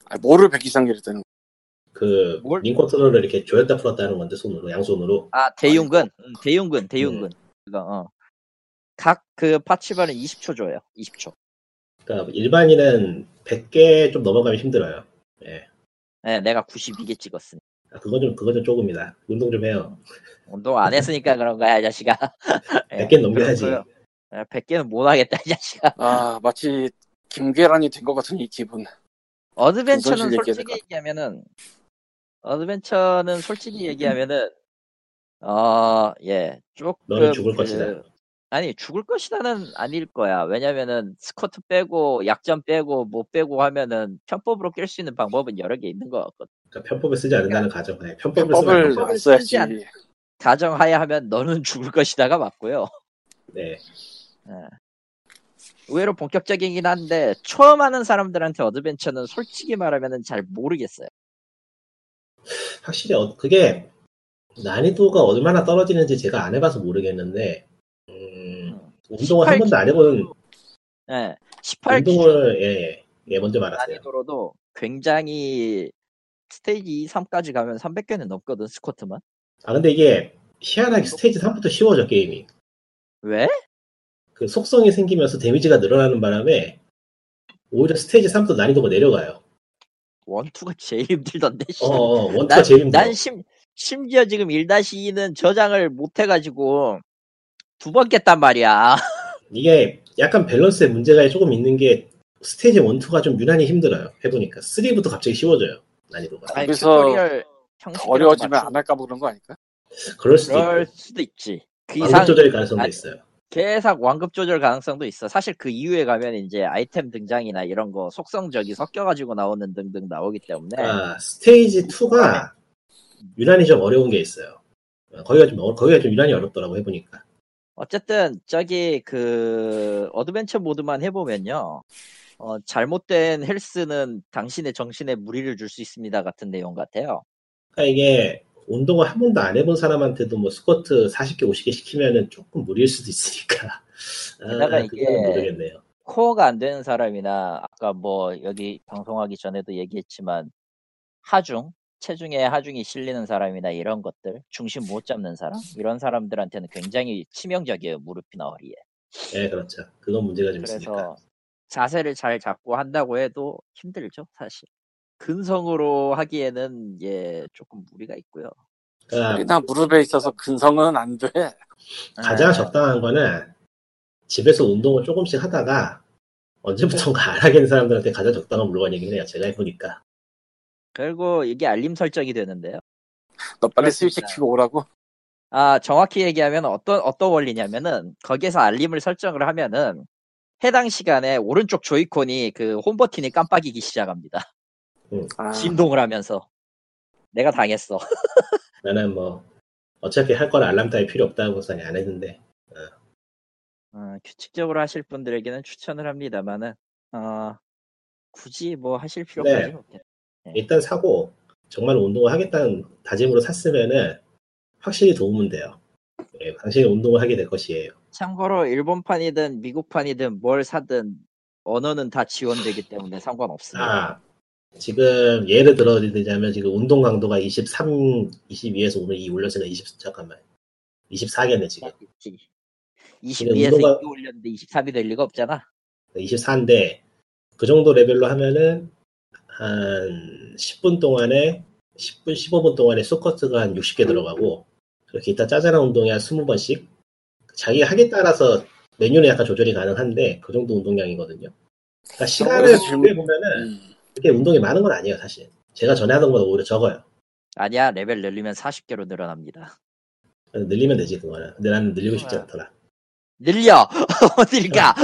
[SPEAKER 1] 아, 뭐를 100 이상 기르다는 거
[SPEAKER 3] 그
[SPEAKER 2] 뭘?
[SPEAKER 3] 링컨트롤을 이렇게 조였다 풀었다 하는 건데 손으로 양손으로
[SPEAKER 2] 아 대흉근 응, 대흉근 대흉근
[SPEAKER 3] 네.
[SPEAKER 2] 그거 어. 각그 파츠별은 20초 줘요 20초
[SPEAKER 3] 그러니까 일반인은 100개 좀 넘어가면 힘들어요
[SPEAKER 2] 네, 내가 92개 찍었으니
[SPEAKER 3] 아, 그건 좀 그건 좀 조금이다 운동 좀 해요
[SPEAKER 2] 운동 안 했으니까 그런 거야 이 자식아 예,
[SPEAKER 3] 100개 넘겨야지
[SPEAKER 2] 100개는 못 하겠다 이 자식아
[SPEAKER 1] 아 마치 김계란이 된 것 같은 이 기분
[SPEAKER 2] 어드벤처는
[SPEAKER 1] 무슨 소리 얘기해야
[SPEAKER 2] 솔직히
[SPEAKER 1] 될까?
[SPEAKER 2] 얘기하면은 어드벤처는
[SPEAKER 3] 음.
[SPEAKER 2] 솔직히 얘기하면은 어예 조금
[SPEAKER 3] 너는 죽을
[SPEAKER 2] 그-
[SPEAKER 3] 것이다.
[SPEAKER 2] 아니 죽을 것이다는 아닐 거야 왜냐면은 스쿼트 빼고 약점 빼고 못 빼고 하면은 편법으로 깰 수 있는 방법은 여러 개 있는 것 같거든
[SPEAKER 3] 그러니까 편법을 쓰지 않는다는 가정 네, 편법을 쓰면 안
[SPEAKER 1] 법을
[SPEAKER 3] 된다
[SPEAKER 1] 안
[SPEAKER 2] 법을
[SPEAKER 1] 써야지
[SPEAKER 2] 쓰지 않- 가정하에 하면 너는 죽을 것이다가 맞고요
[SPEAKER 3] 네.
[SPEAKER 2] 의외로 본격적이긴 한데 처음 하는 사람들한테 어드벤처는 솔직히 말하면은 잘 모르겠어요
[SPEAKER 3] 확실히 어- 그게 난이도가 얼마나 떨어지는지 제가 안 해봐서 모르겠는데 음,
[SPEAKER 2] 음.
[SPEAKER 3] 운동을 한
[SPEAKER 2] 18
[SPEAKER 3] 번도 안 해본
[SPEAKER 2] 기준으로- 예, 18 기준
[SPEAKER 3] 운동을 예, 예, 예, 먼저 말았어요.
[SPEAKER 2] 난이도로도 굉장히 스테이지 2, 3까지 가면 300개는 넘거든 스쿼트만
[SPEAKER 3] 아 근데 이게 희한하게 스테이지 3부터 쉬워져 게임이
[SPEAKER 2] 왜?
[SPEAKER 3] 그 속성이 생기면서 데미지가 늘어나는 바람에 오히려 스테이지 3부터 난이도가 내려가요.
[SPEAKER 2] 원투가 제일 힘들던데 씨.
[SPEAKER 3] 어, 어 원투가
[SPEAKER 2] 난,
[SPEAKER 3] 제일 힘들어.
[SPEAKER 2] 난 심, 심지어 지금 1-2는 저장을 못해가지고 두 번 깼단 말이야
[SPEAKER 3] 이게 약간 밸런스에 문제가 조금 있는 게 스테이지 1, 2가 좀 유난히 힘들어요. 해보니까 3부터 갑자기 쉬워져요 난이도가.
[SPEAKER 2] 아니,
[SPEAKER 1] 거기서-
[SPEAKER 2] 튜토리얼 형식이랑
[SPEAKER 1] 어려워지면
[SPEAKER 2] 맞추는
[SPEAKER 1] 안 할까 뭐 그런 거 아닐까?
[SPEAKER 3] 그럴 수도
[SPEAKER 2] 그럴
[SPEAKER 3] 있고
[SPEAKER 2] 수도 있지. 그
[SPEAKER 3] 완급
[SPEAKER 2] 이상
[SPEAKER 3] 조절 가능성도
[SPEAKER 2] 아니,
[SPEAKER 3] 있어요.
[SPEAKER 2] 계속 완급 조절 가능성도 있어. 사실 그 이후에 가면 이제 아이템 등장이나 이런 거 속성적이 섞여가지고 나오는 등등 나오기 때문에
[SPEAKER 3] 아, 스테이지 2가 유난히 좀 어려운 게 있어요. 어, 거기가 좀 어- 거기가 좀 유난히 어렵더라고 해보니까.
[SPEAKER 2] 어쨌든 저기 그 어드벤처 모드만 해보면요. 어, 잘못된 헬스는 당신의 정신에 무리를 줄 수 있습니다 같은 내용 같아요.
[SPEAKER 3] 그러니까 이게 운동을 한 번도 안 해본 사람한테도 뭐 스쿼트 40개 50개 시키면은 조금 무리일 수도 있으니까.
[SPEAKER 2] 게다가
[SPEAKER 3] 아, 그거는
[SPEAKER 2] 이게
[SPEAKER 3] 모르겠네요.
[SPEAKER 2] 코어가 안 되는 사람이나 아까 뭐 여기 방송하기 전에도 얘기했지만 하중, 체중에 하중이 실리는 사람이나 이런 것들, 중심 못 잡는 사람 이런 사람들한테는 굉장히 치명적이에요 무릎이나 허리에.
[SPEAKER 3] 예, 그렇죠. 그건 문제가 좀 있으니까.
[SPEAKER 2] 그래서 자세를 잘 잡고 한다고 해도 힘들죠 사실. 근성으로 하기에는 예 조금 무리가 있고요.
[SPEAKER 3] 그러니까
[SPEAKER 1] 허리나 무릎에 있어서 근성은 안 돼.
[SPEAKER 3] 네. 가장
[SPEAKER 2] 예.
[SPEAKER 3] 적당한 거는 집에서 운동을 조금씩 하다가 언제부턴가 안 하겠는 사람들한테 가장 적당한 물건이긴 해요. 제가 해보니까.
[SPEAKER 2] 그리고 이게 알림 설정이 되는데요.
[SPEAKER 1] 너 빨리 스위치
[SPEAKER 2] 그렇습니다.
[SPEAKER 1] 키고 오라고.
[SPEAKER 2] 아, 정확히 얘기하면 어떤, 어떤 원리냐면은, 거기에서 알림을 설정을 하면은, 해당 시간에 오른쪽 조이콘이 그 홈버튼이 깜빡이기 시작합니다.
[SPEAKER 1] 아,
[SPEAKER 2] 진동을 하면서. 내가 당했어.
[SPEAKER 3] 나는 뭐 어차피 할 거는 알람 따위 필요 없다고 해서 그냥 안 했는데
[SPEAKER 2] 어, 규칙적으로 하실 분들에게는 추천을 합니다만은, 어, 굳이 뭐 하실 필요까지는
[SPEAKER 3] 네.
[SPEAKER 2] 없겠네.
[SPEAKER 3] 일단 사고 정말 운동을 하겠다는 다짐으로 샀으면은 확실히 도움은 돼요. 예, 당신이 운동을 하게 될 것이에요.
[SPEAKER 2] 참고로, 일본판이든 미국판이든 뭘 사든, 언어는 다 지원되기 때문에 상관없습니다.
[SPEAKER 3] 아, 지금 예를 들어드리자면 지금 운동 강도가 23, 22에서 오늘 이 올렸으니까 20 잠깐만 24겠네 지금.
[SPEAKER 2] 있지.
[SPEAKER 3] 지금
[SPEAKER 2] 22에서
[SPEAKER 3] 운동가-
[SPEAKER 2] 2 올렸는데 23이 될 리가 없잖아.
[SPEAKER 3] 24인데 그 정도 레벨로 하면은 한 10분 동안에 10분 15분 동안에 소커트가 한 60개 들어가고 그렇게 이따 짜잘한 운동이 한 20번씩 자기 하기에 따라서 메뉴는 약간 조절이 가능한데 그 정도 운동량이거든요. 그러니까 시간을
[SPEAKER 1] 그래서 지금-
[SPEAKER 3] 비교해 보면은
[SPEAKER 1] 음.
[SPEAKER 3] 그렇게 운동이 많은 건 아니에요 사실. 제가 전에 하던 것보다 오히려 적어요.
[SPEAKER 2] 아니야 레벨 늘리면 40개로 늘어납니다.
[SPEAKER 3] 그래서 늘리면 되지 그거는. 근데 나는 늘리고 싶지
[SPEAKER 2] 아.
[SPEAKER 3] 않더라.
[SPEAKER 2] 늘려 어딜 가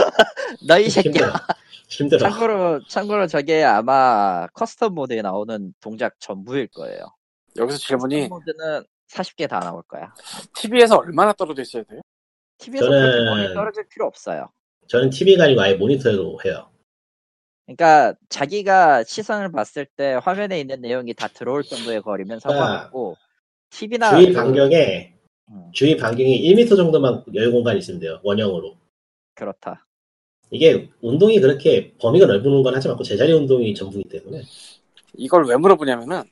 [SPEAKER 2] 너희
[SPEAKER 3] 힘들어.
[SPEAKER 2] 새끼야.
[SPEAKER 3] 힘들어.
[SPEAKER 2] 참고로 참고로 저게 아마 커스텀 모드에 나오는 동작 전부일 거예요.
[SPEAKER 1] 여기서 질문이
[SPEAKER 2] 커스텀 모드는 40개 다 나올 거야.
[SPEAKER 1] TV에서 얼마나 떨어져 있어야 돼요?
[SPEAKER 2] TV에서
[SPEAKER 3] 저는-
[SPEAKER 2] 그렇게 멀리 떨어질 필요 없어요.
[SPEAKER 3] 저는 TV가 아니고 아예 모니터로 해요.
[SPEAKER 2] 그러니까 자기가 시선을 봤을 때 화면에 있는 내용이 다 들어올 정도의 거리면 상관없고 TV나
[SPEAKER 3] 네.
[SPEAKER 2] 그,
[SPEAKER 3] 주위 반경에
[SPEAKER 2] 음,
[SPEAKER 3] 주위 반경이 1m 정도만 여유 공간이 있으면 돼요. 원형으로.
[SPEAKER 2] 그렇다.
[SPEAKER 3] 이게 운동이 그렇게 범위가 넓은 운동을 하지 않고 제자리 운동이 전부이기 때문에
[SPEAKER 1] 이걸 왜 물어보냐면은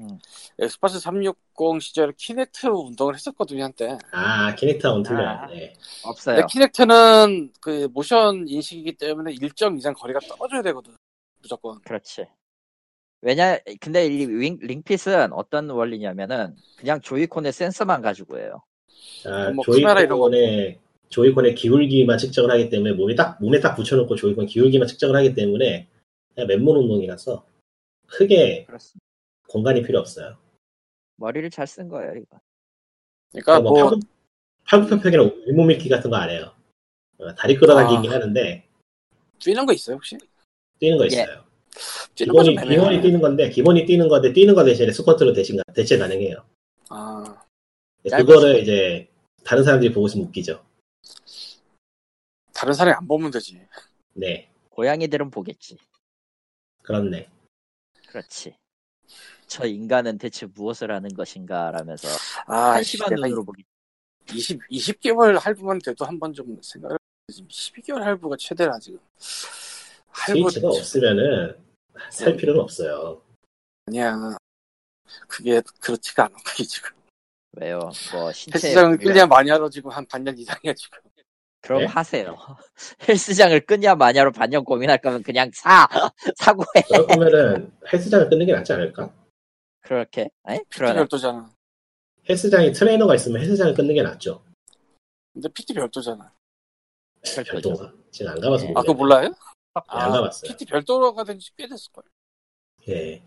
[SPEAKER 2] 음.
[SPEAKER 1] 엑스박스 360 시절 키네트 운동을 했었거든요 한때.
[SPEAKER 3] 아 키넥트하고는 틀려요.
[SPEAKER 2] 아.
[SPEAKER 3] 네.
[SPEAKER 2] 없어요.
[SPEAKER 1] 근데 키네트는 그 모션 인식이기 때문에 일정 이상 거리가 떨어져야 되거든. 무조건.
[SPEAKER 2] 그렇지. 왜냐, 근데 이 링, 링핏은 어떤 원리냐면은 그냥 조이콘의 센서만 가지고 해요.
[SPEAKER 3] 아,
[SPEAKER 1] 뭐 카메라 이런 거.
[SPEAKER 3] 조이콘의 조이콘의 기울기만 측정을 하기 때문에 몸에 딱 몸에 딱 붙여놓고 조이콘 기울기만 측정을 하기 때문에 그냥 맨몸 운동이라서 크게
[SPEAKER 2] 그렇습니다.
[SPEAKER 3] 공간이 필요 없어요.
[SPEAKER 2] 머리를 잘 쓴 거예요, 이거.
[SPEAKER 1] 그러니까
[SPEAKER 3] 뭐
[SPEAKER 1] 뭐
[SPEAKER 3] 팔굽- 팔굽혀펴기나 윗몸 밀기 같은 거 안 해요. 어, 다리 끌어당기긴
[SPEAKER 1] 아.
[SPEAKER 3] 하는데
[SPEAKER 1] 뛰는 거 있어요 혹시?
[SPEAKER 3] 뛰는 거
[SPEAKER 2] 예.
[SPEAKER 3] 있어요.
[SPEAKER 1] 뛰는 거좀
[SPEAKER 3] 기본이,
[SPEAKER 1] 애매해.
[SPEAKER 3] 기본이 뛰는 건데, 기본이 뛰는 건데, 뛰는 거 대신에 스쿼트로 대신, 대체 가능해요.
[SPEAKER 1] 아
[SPEAKER 3] 근데
[SPEAKER 2] 짧은
[SPEAKER 3] 그거를 이제, 다른 사람들이 보고 있으면 웃기죠.
[SPEAKER 1] 다른 사람이 안 보면 되지.
[SPEAKER 3] 네,
[SPEAKER 2] 고양이들은 보겠지.
[SPEAKER 3] 그렇네.
[SPEAKER 2] 그렇지. 저 인간은 대체 무엇을 하는 것인가 라면서
[SPEAKER 1] 아
[SPEAKER 2] 한심한
[SPEAKER 1] 내가
[SPEAKER 2] 눈으로 보겠지.
[SPEAKER 1] 20 20개월 할부만 돼도 한 번 좀 생각을. 해보지. 지금 12개월 할부가 최대라 지금. 할부
[SPEAKER 3] 스위치가 없으면은, 살
[SPEAKER 1] 음.
[SPEAKER 3] 필요는 없어요.
[SPEAKER 1] 아니야. 그게 그렇지가 않아. 그게 지금.
[SPEAKER 2] 왜요? 뭐 신체
[SPEAKER 1] 헬스장을
[SPEAKER 2] 불량-
[SPEAKER 1] 끌려 많이 하러 지금 한 반년 이상이야 지금.
[SPEAKER 2] 그럼
[SPEAKER 3] 네?
[SPEAKER 2] 하세요. 헬스장을 끄냐 마냐로 반년 고민할 거면 그냥 사 사고 해.
[SPEAKER 3] 그럴 거면은, 헬스장을 끊는 게 낫지 않을까?
[SPEAKER 2] 그렇게. 에?
[SPEAKER 1] PT
[SPEAKER 2] 그러네.
[SPEAKER 1] 별도잖아.
[SPEAKER 3] 헬스장에 트레이너가 있으면 헬스장을 끊는 게 낫죠.
[SPEAKER 1] 근데 PT 별도잖아.
[SPEAKER 2] 별도죠.
[SPEAKER 3] 별도가. 지금 안 가봐서
[SPEAKER 2] 예.
[SPEAKER 3] 모르겠어요.
[SPEAKER 1] 아 그거 몰라요? 아,
[SPEAKER 3] 안 가봤어요.
[SPEAKER 1] PT 별도로 가든지 꽤 됐을 걸.
[SPEAKER 3] 예.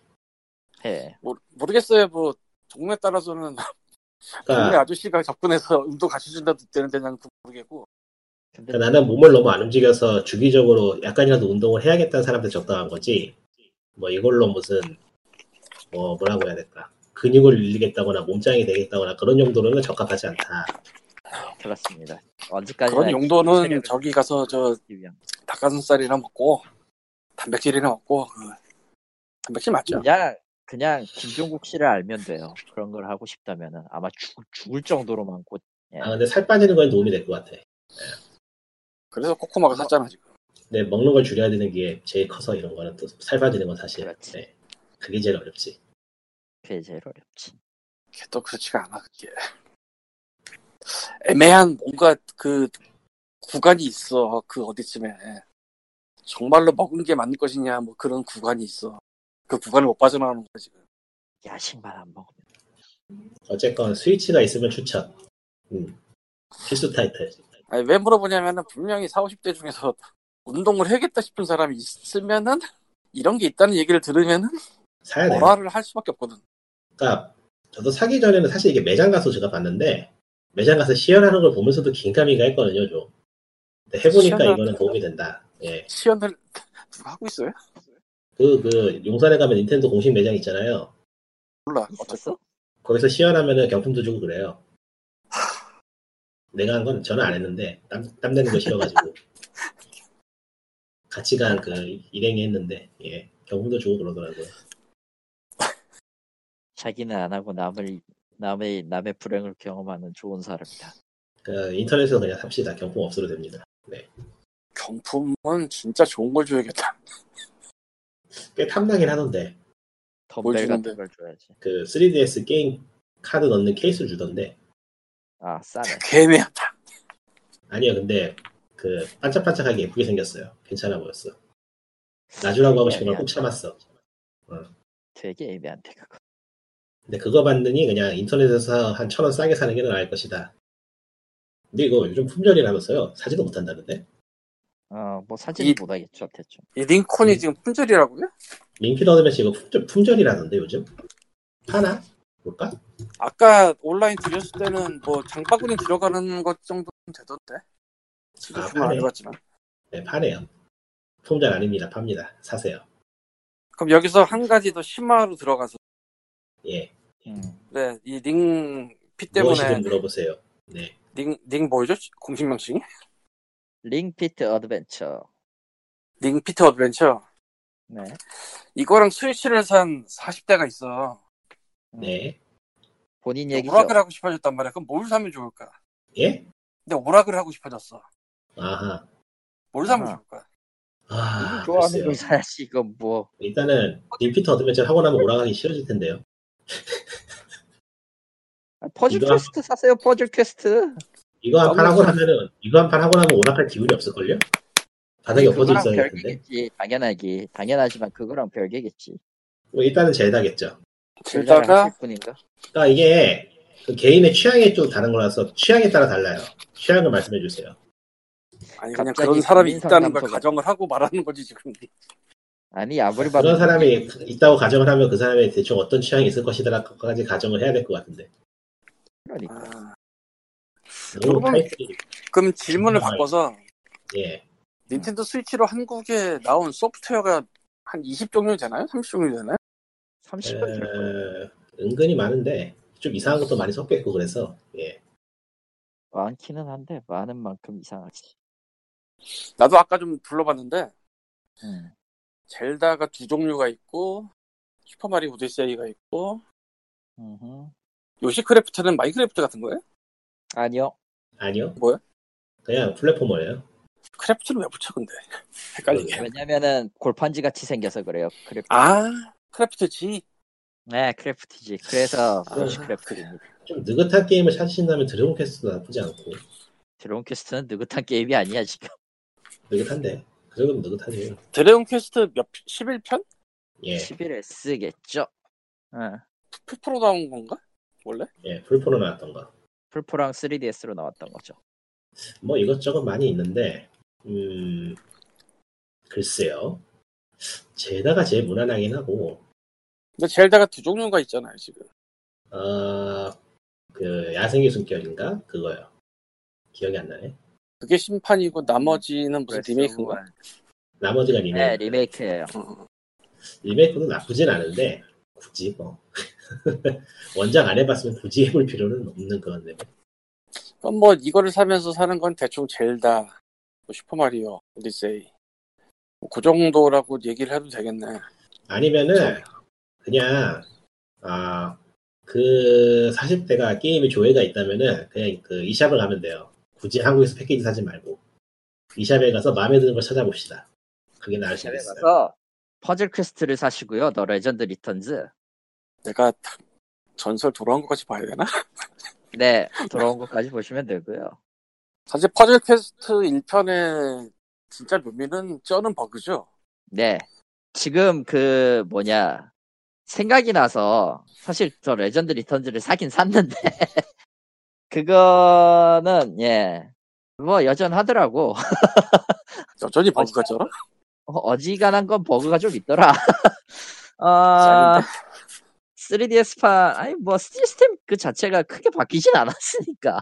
[SPEAKER 2] 예.
[SPEAKER 1] 모르, 모르겠어요. 뭐 동네 따라서는 동네
[SPEAKER 3] 그러니까
[SPEAKER 1] 아저씨가 접근해서 운동 같이 준다도 되는데 나는 그거 모르겠고
[SPEAKER 2] 근데
[SPEAKER 3] 그러니까
[SPEAKER 1] 뭐
[SPEAKER 3] 나는 몸을 너무 안 움직여서 주기적으로 약간이라도 운동을 해야겠다는 사람들 적당한 거지. 뭐 이걸로 무슨 뭐 뭐라고 해야 될까? 근육을 늘리겠다거나 몸짱이 되겠다거나 그런 용도로는 적합하지 않다.
[SPEAKER 2] 그렇습니다. 언제까지나
[SPEAKER 1] 그런 용도는
[SPEAKER 2] 체력을
[SPEAKER 1] 저기 가서 저
[SPEAKER 2] 키우기 위한.
[SPEAKER 1] 닭가슴살이나 먹고 단백질이나 먹고 그 단백질
[SPEAKER 3] 음.
[SPEAKER 1] 맞죠?
[SPEAKER 2] 그냥 그냥 김종국 씨를 알면 돼요. 그런 걸 하고 싶다면은 아마 죽, 죽을 정도로 많고
[SPEAKER 3] 아 근데 살 빠지는 거에 도움이 될 것 같아.
[SPEAKER 1] 그래서
[SPEAKER 3] 뭐,
[SPEAKER 1] 코코마가 샀잖아 지금.
[SPEAKER 3] 근데 먹는 걸 줄여야 되는 게 제일 커서 이런 거는 또 살 빠지는 건 사실.
[SPEAKER 2] 그렇지.
[SPEAKER 3] 네. 그게 제일 어렵지.
[SPEAKER 2] 그게 제일 어렵지.
[SPEAKER 1] 그게 또 그렇지가 않아 그게 애매한 뭔가 그 구간이 있어 그 어디쯤에 정말로 먹은 게 맞는 것이냐 뭐 그런 구간이 있어 그 구간을 못 빠져나가는 거야 지금
[SPEAKER 2] 야식만 안 먹으면
[SPEAKER 3] 어쨌건 스위치가 있으면 추천. 음. 필수 타이틀.
[SPEAKER 1] 아니 왜 물어보냐면은 분명히 40, 50대 중에서 운동을 해야겠다 싶은 사람이 있으면은 이런 게 있다는 얘기를 들으면은
[SPEAKER 3] 사야 돼.
[SPEAKER 1] 뭐라를 할 수밖에 없거든
[SPEAKER 3] 그러니까 저도 사기 전에는 사실 이게 매장 가서 제가 봤는데 매장 가서 시연하는 걸 보면서도 긴가민가 했거든요 좀. 근데 해보니까
[SPEAKER 1] 시연을-
[SPEAKER 3] 이거는 도움이 된다. 예.
[SPEAKER 1] 시연을 누가 하고 있어요?
[SPEAKER 3] 그, 그, 용산에 가면 닌텐도 공식 매장 있잖아요.
[SPEAKER 1] 몰라 어쨌든
[SPEAKER 2] 있었어?
[SPEAKER 3] 거기서 시연하면은 경품도 주고 그래요. 내가 한 건 저는 안 했는데, 땀, 땀 내는 거 싫어가지고. 같이 간 그, 일행이 했는데, 예. 경품도 주고 그러더라고요.
[SPEAKER 2] 자기는 안 하고 남을 남의 남의 불행을 경험하는 좋은 사람이다.
[SPEAKER 3] 그, 인터넷에서 그냥 삽시다. 경품 없어도 됩니다.
[SPEAKER 1] 경품은 진짜 좋은 걸 줘야겠다
[SPEAKER 3] 꽤 탐나긴 하던데,
[SPEAKER 2] 덤벨
[SPEAKER 1] 주는데?
[SPEAKER 2] 같은 걸 줘야지.
[SPEAKER 3] 그, 3DS 게임 카드 넣는 케이스를 주던데,
[SPEAKER 2] 아 싸네.
[SPEAKER 1] 되게 애매하다
[SPEAKER 3] 아니요, 근데 그 반짝반짝하게 예쁘게 생겼어요. 괜찮아 보였어. 나주라고 하고 싶은 걸 꼭 참았어.
[SPEAKER 2] 되게 애매한데 그거.
[SPEAKER 3] 근데 그거 봤느니 그냥 인터넷에서 한 천 원 싸게 사는 게 더 나을 것이다. 근데 이거 요즘 품절이라면서요. 사지도 못한다는데?
[SPEAKER 2] 어뭐 사진을
[SPEAKER 1] 이-
[SPEAKER 2] 못하겠죠 대충.
[SPEAKER 1] 이 링콘이
[SPEAKER 3] 음.
[SPEAKER 1] 지금 품절이라고요?
[SPEAKER 3] 링피드 얻으면서 이거 품절, 품절이라던데 요즘? 파나? 볼까?
[SPEAKER 1] 아까 온라인 들였을 때는 뭐 장바구니 들어가는 것 정도는 되던데
[SPEAKER 3] 아,
[SPEAKER 1] 지금 안
[SPEAKER 3] 파네.
[SPEAKER 1] 해봤지만
[SPEAKER 3] 네, 파네요. 품절 아닙니다. 팝니다. 사세요.
[SPEAKER 1] 그럼 여기서 한 가지 더 심화로 들어가서
[SPEAKER 3] 예.
[SPEAKER 2] 음.
[SPEAKER 1] 네,
[SPEAKER 2] 뭐
[SPEAKER 1] 이링피
[SPEAKER 3] 무엇이든
[SPEAKER 1] 때문에
[SPEAKER 3] 물어보세요. 네.
[SPEAKER 1] 링, 링 뭐죠? 공식 명칭이?
[SPEAKER 2] 링피트 어드벤처.
[SPEAKER 1] 링피트 어드벤처
[SPEAKER 2] 네.
[SPEAKER 1] 이거랑 스위치를 산 40대가 있어
[SPEAKER 3] 네.
[SPEAKER 2] 음. 본인
[SPEAKER 1] 근데
[SPEAKER 2] 얘기죠.
[SPEAKER 1] 오락을 하고 싶어졌단 말이야 그럼 뭘 사면 좋을까?
[SPEAKER 3] 예?
[SPEAKER 1] 근데 오락을 하고 싶어졌어
[SPEAKER 3] 아하.
[SPEAKER 1] 뭘 사면
[SPEAKER 2] 아하.
[SPEAKER 1] 좋을까?
[SPEAKER 3] 아,
[SPEAKER 2] 좋아하는
[SPEAKER 3] 글쎄요.
[SPEAKER 2] 걸 사야지 이건 뭐
[SPEAKER 3] 일단은 링피드 어드벤처를 하고 나면 오라가기 싫어질 텐데요.
[SPEAKER 2] 아, 퍼즐
[SPEAKER 3] 이거-
[SPEAKER 2] 퀘스트 사세요 퍼즐 퀘스트.
[SPEAKER 3] 이거 한 판 하고
[SPEAKER 1] 너무-
[SPEAKER 3] 나면은 이거 한 판 하고 나면 오락할 기운이 없을걸요? 바닥에 엎어져
[SPEAKER 2] 그거랑
[SPEAKER 3] 있어야 될 텐데.
[SPEAKER 2] 별개겠지 당연하기 당연하지만 그거랑 별개겠지.
[SPEAKER 3] 뭐 일단은 젤다겠죠.
[SPEAKER 1] 젤다가
[SPEAKER 2] 뿐인가?
[SPEAKER 3] 그러니까 이게 그 개인의 취향이 좀 다른 거라서 취향에 따라 달라요. 취향을 말씀해 주세요.
[SPEAKER 1] 아니 그냥
[SPEAKER 2] 갑자기
[SPEAKER 1] 그런 사람이
[SPEAKER 2] 국민
[SPEAKER 1] 있다는 걸
[SPEAKER 2] 상담소가-
[SPEAKER 1] 가정을 하고 말하는 거지 지금
[SPEAKER 2] 아니 아무리 봐도
[SPEAKER 3] 그런 사람이 있다고 가정을 하면 그 사람이 대충 어떤 취향이 있을 것이다라고까지 가정을 해야 될 것 같은데.
[SPEAKER 2] 그러니까
[SPEAKER 1] 아,
[SPEAKER 3] 너무
[SPEAKER 1] 그러면-
[SPEAKER 3] 타이틀이
[SPEAKER 1] 그럼 질문을
[SPEAKER 3] 정말.
[SPEAKER 1] 바꿔서
[SPEAKER 3] 예.
[SPEAKER 1] 닌텐도 스위치로 한국에 나온 소프트웨어가 한 20종류 되나요? 30종류 되나요?
[SPEAKER 2] 30분 될 거야.
[SPEAKER 3] 어, 은근히 많은데 좀 이상한 것도 많이 섞여 있고 그래서 예.
[SPEAKER 2] 많기는 한데 많은 만큼 이상하지.
[SPEAKER 1] 나도 아까 좀 불러봤는데
[SPEAKER 2] 음.
[SPEAKER 1] 젤다가 두 종류가 있고 슈퍼마리오 오디세이가 있고
[SPEAKER 2] 음흠.
[SPEAKER 1] 요시크래프트는 마인크래프트 같은 거예요?
[SPEAKER 2] 아니요
[SPEAKER 3] 아니요.
[SPEAKER 1] 뭐요?
[SPEAKER 3] 그냥 플랫포머예요.
[SPEAKER 1] 크래프트는 왜 붙여 근데 헷갈리게
[SPEAKER 2] 왜냐면은 골판지 같이 생겨서 그래요. 크래프트.
[SPEAKER 1] 아 크래프트 G
[SPEAKER 2] 네 크래프트지. 그래서
[SPEAKER 1] 아,
[SPEAKER 2] 그것이 크래프트입니다.
[SPEAKER 3] 좀 느긋한 게임을 찾으신다면 드래곤 퀘스트도 나쁘지 않고
[SPEAKER 2] 드론 퀘스트는 느긋한 게임이 아니야 지금.
[SPEAKER 3] 느긋한데 그 정도면 느긋하네요.
[SPEAKER 1] 드래곤 퀘스트 몇 11편?
[SPEAKER 3] 예.
[SPEAKER 2] 11S겠죠. 예, 응.
[SPEAKER 1] 풀프로 나온 건가? 원래?
[SPEAKER 3] 예, 풀포로 나왔던 거.
[SPEAKER 2] 풀포랑 3DS로 나왔던 거죠.
[SPEAKER 3] 뭐 이것저것 많이 있는데, 음, 글쎄요. 제다가 제일 무난하긴 하고,
[SPEAKER 1] 근데 젤다가 두 종류가 있잖아요 지금
[SPEAKER 3] 어, 그 야생의 숨결인가 그거요. 기억이 안 나네.
[SPEAKER 1] 그게 심판이고 나머지는 무슨 리메이크인 거야?
[SPEAKER 3] 나머지가 리메이크.
[SPEAKER 2] 네 리메이크예요.
[SPEAKER 3] 리메이크도 나쁘진 않은데 굳이 뭐 원작 안 해봤으면 굳이 해볼 필요는 없는 건데
[SPEAKER 1] 그럼 뭐 이거를 사면서 사는 건 대충 젤다, 뭐 슈퍼마리오, 오디세이 뭐그 정도라고 얘기를 해도 되겠네.
[SPEAKER 2] 네.
[SPEAKER 3] 아니면은 그냥 아, 아그 40대가 게임에 조회가 있다면은 그냥 그 이샵을 가면 돼요. 굳이 한국에서 패키지 사지 말고 이샵에 가서 마음에 드는 걸 찾아봅시다. 그게 나을 네, 수
[SPEAKER 2] 샵에
[SPEAKER 3] 있어요.
[SPEAKER 2] 가서 퍼즐 퀘스트를 사시고요. 더 레전드 리턴즈.
[SPEAKER 1] 내가 전설 돌아온 것까지 봐야 되나?
[SPEAKER 2] 네 돌아온 것까지 보시면 되고요.
[SPEAKER 1] 사실 퍼즐 퀘스트 1편의 진짜 묘미는 쩌는 버그죠.
[SPEAKER 2] 네. 지금 그 뭐냐 생각이 나서 사실 저 레전드 리턴즈를 사긴 샀는데 그거는 예 뭐 여전하더라고
[SPEAKER 1] 여전히 버그가 쩔어?
[SPEAKER 2] 어, 어지간한 건 버그가 좀 있더라. 아, 3DS판, 아니, 뭐, 시스템 그 자체가 크게 바뀌진 않았으니까.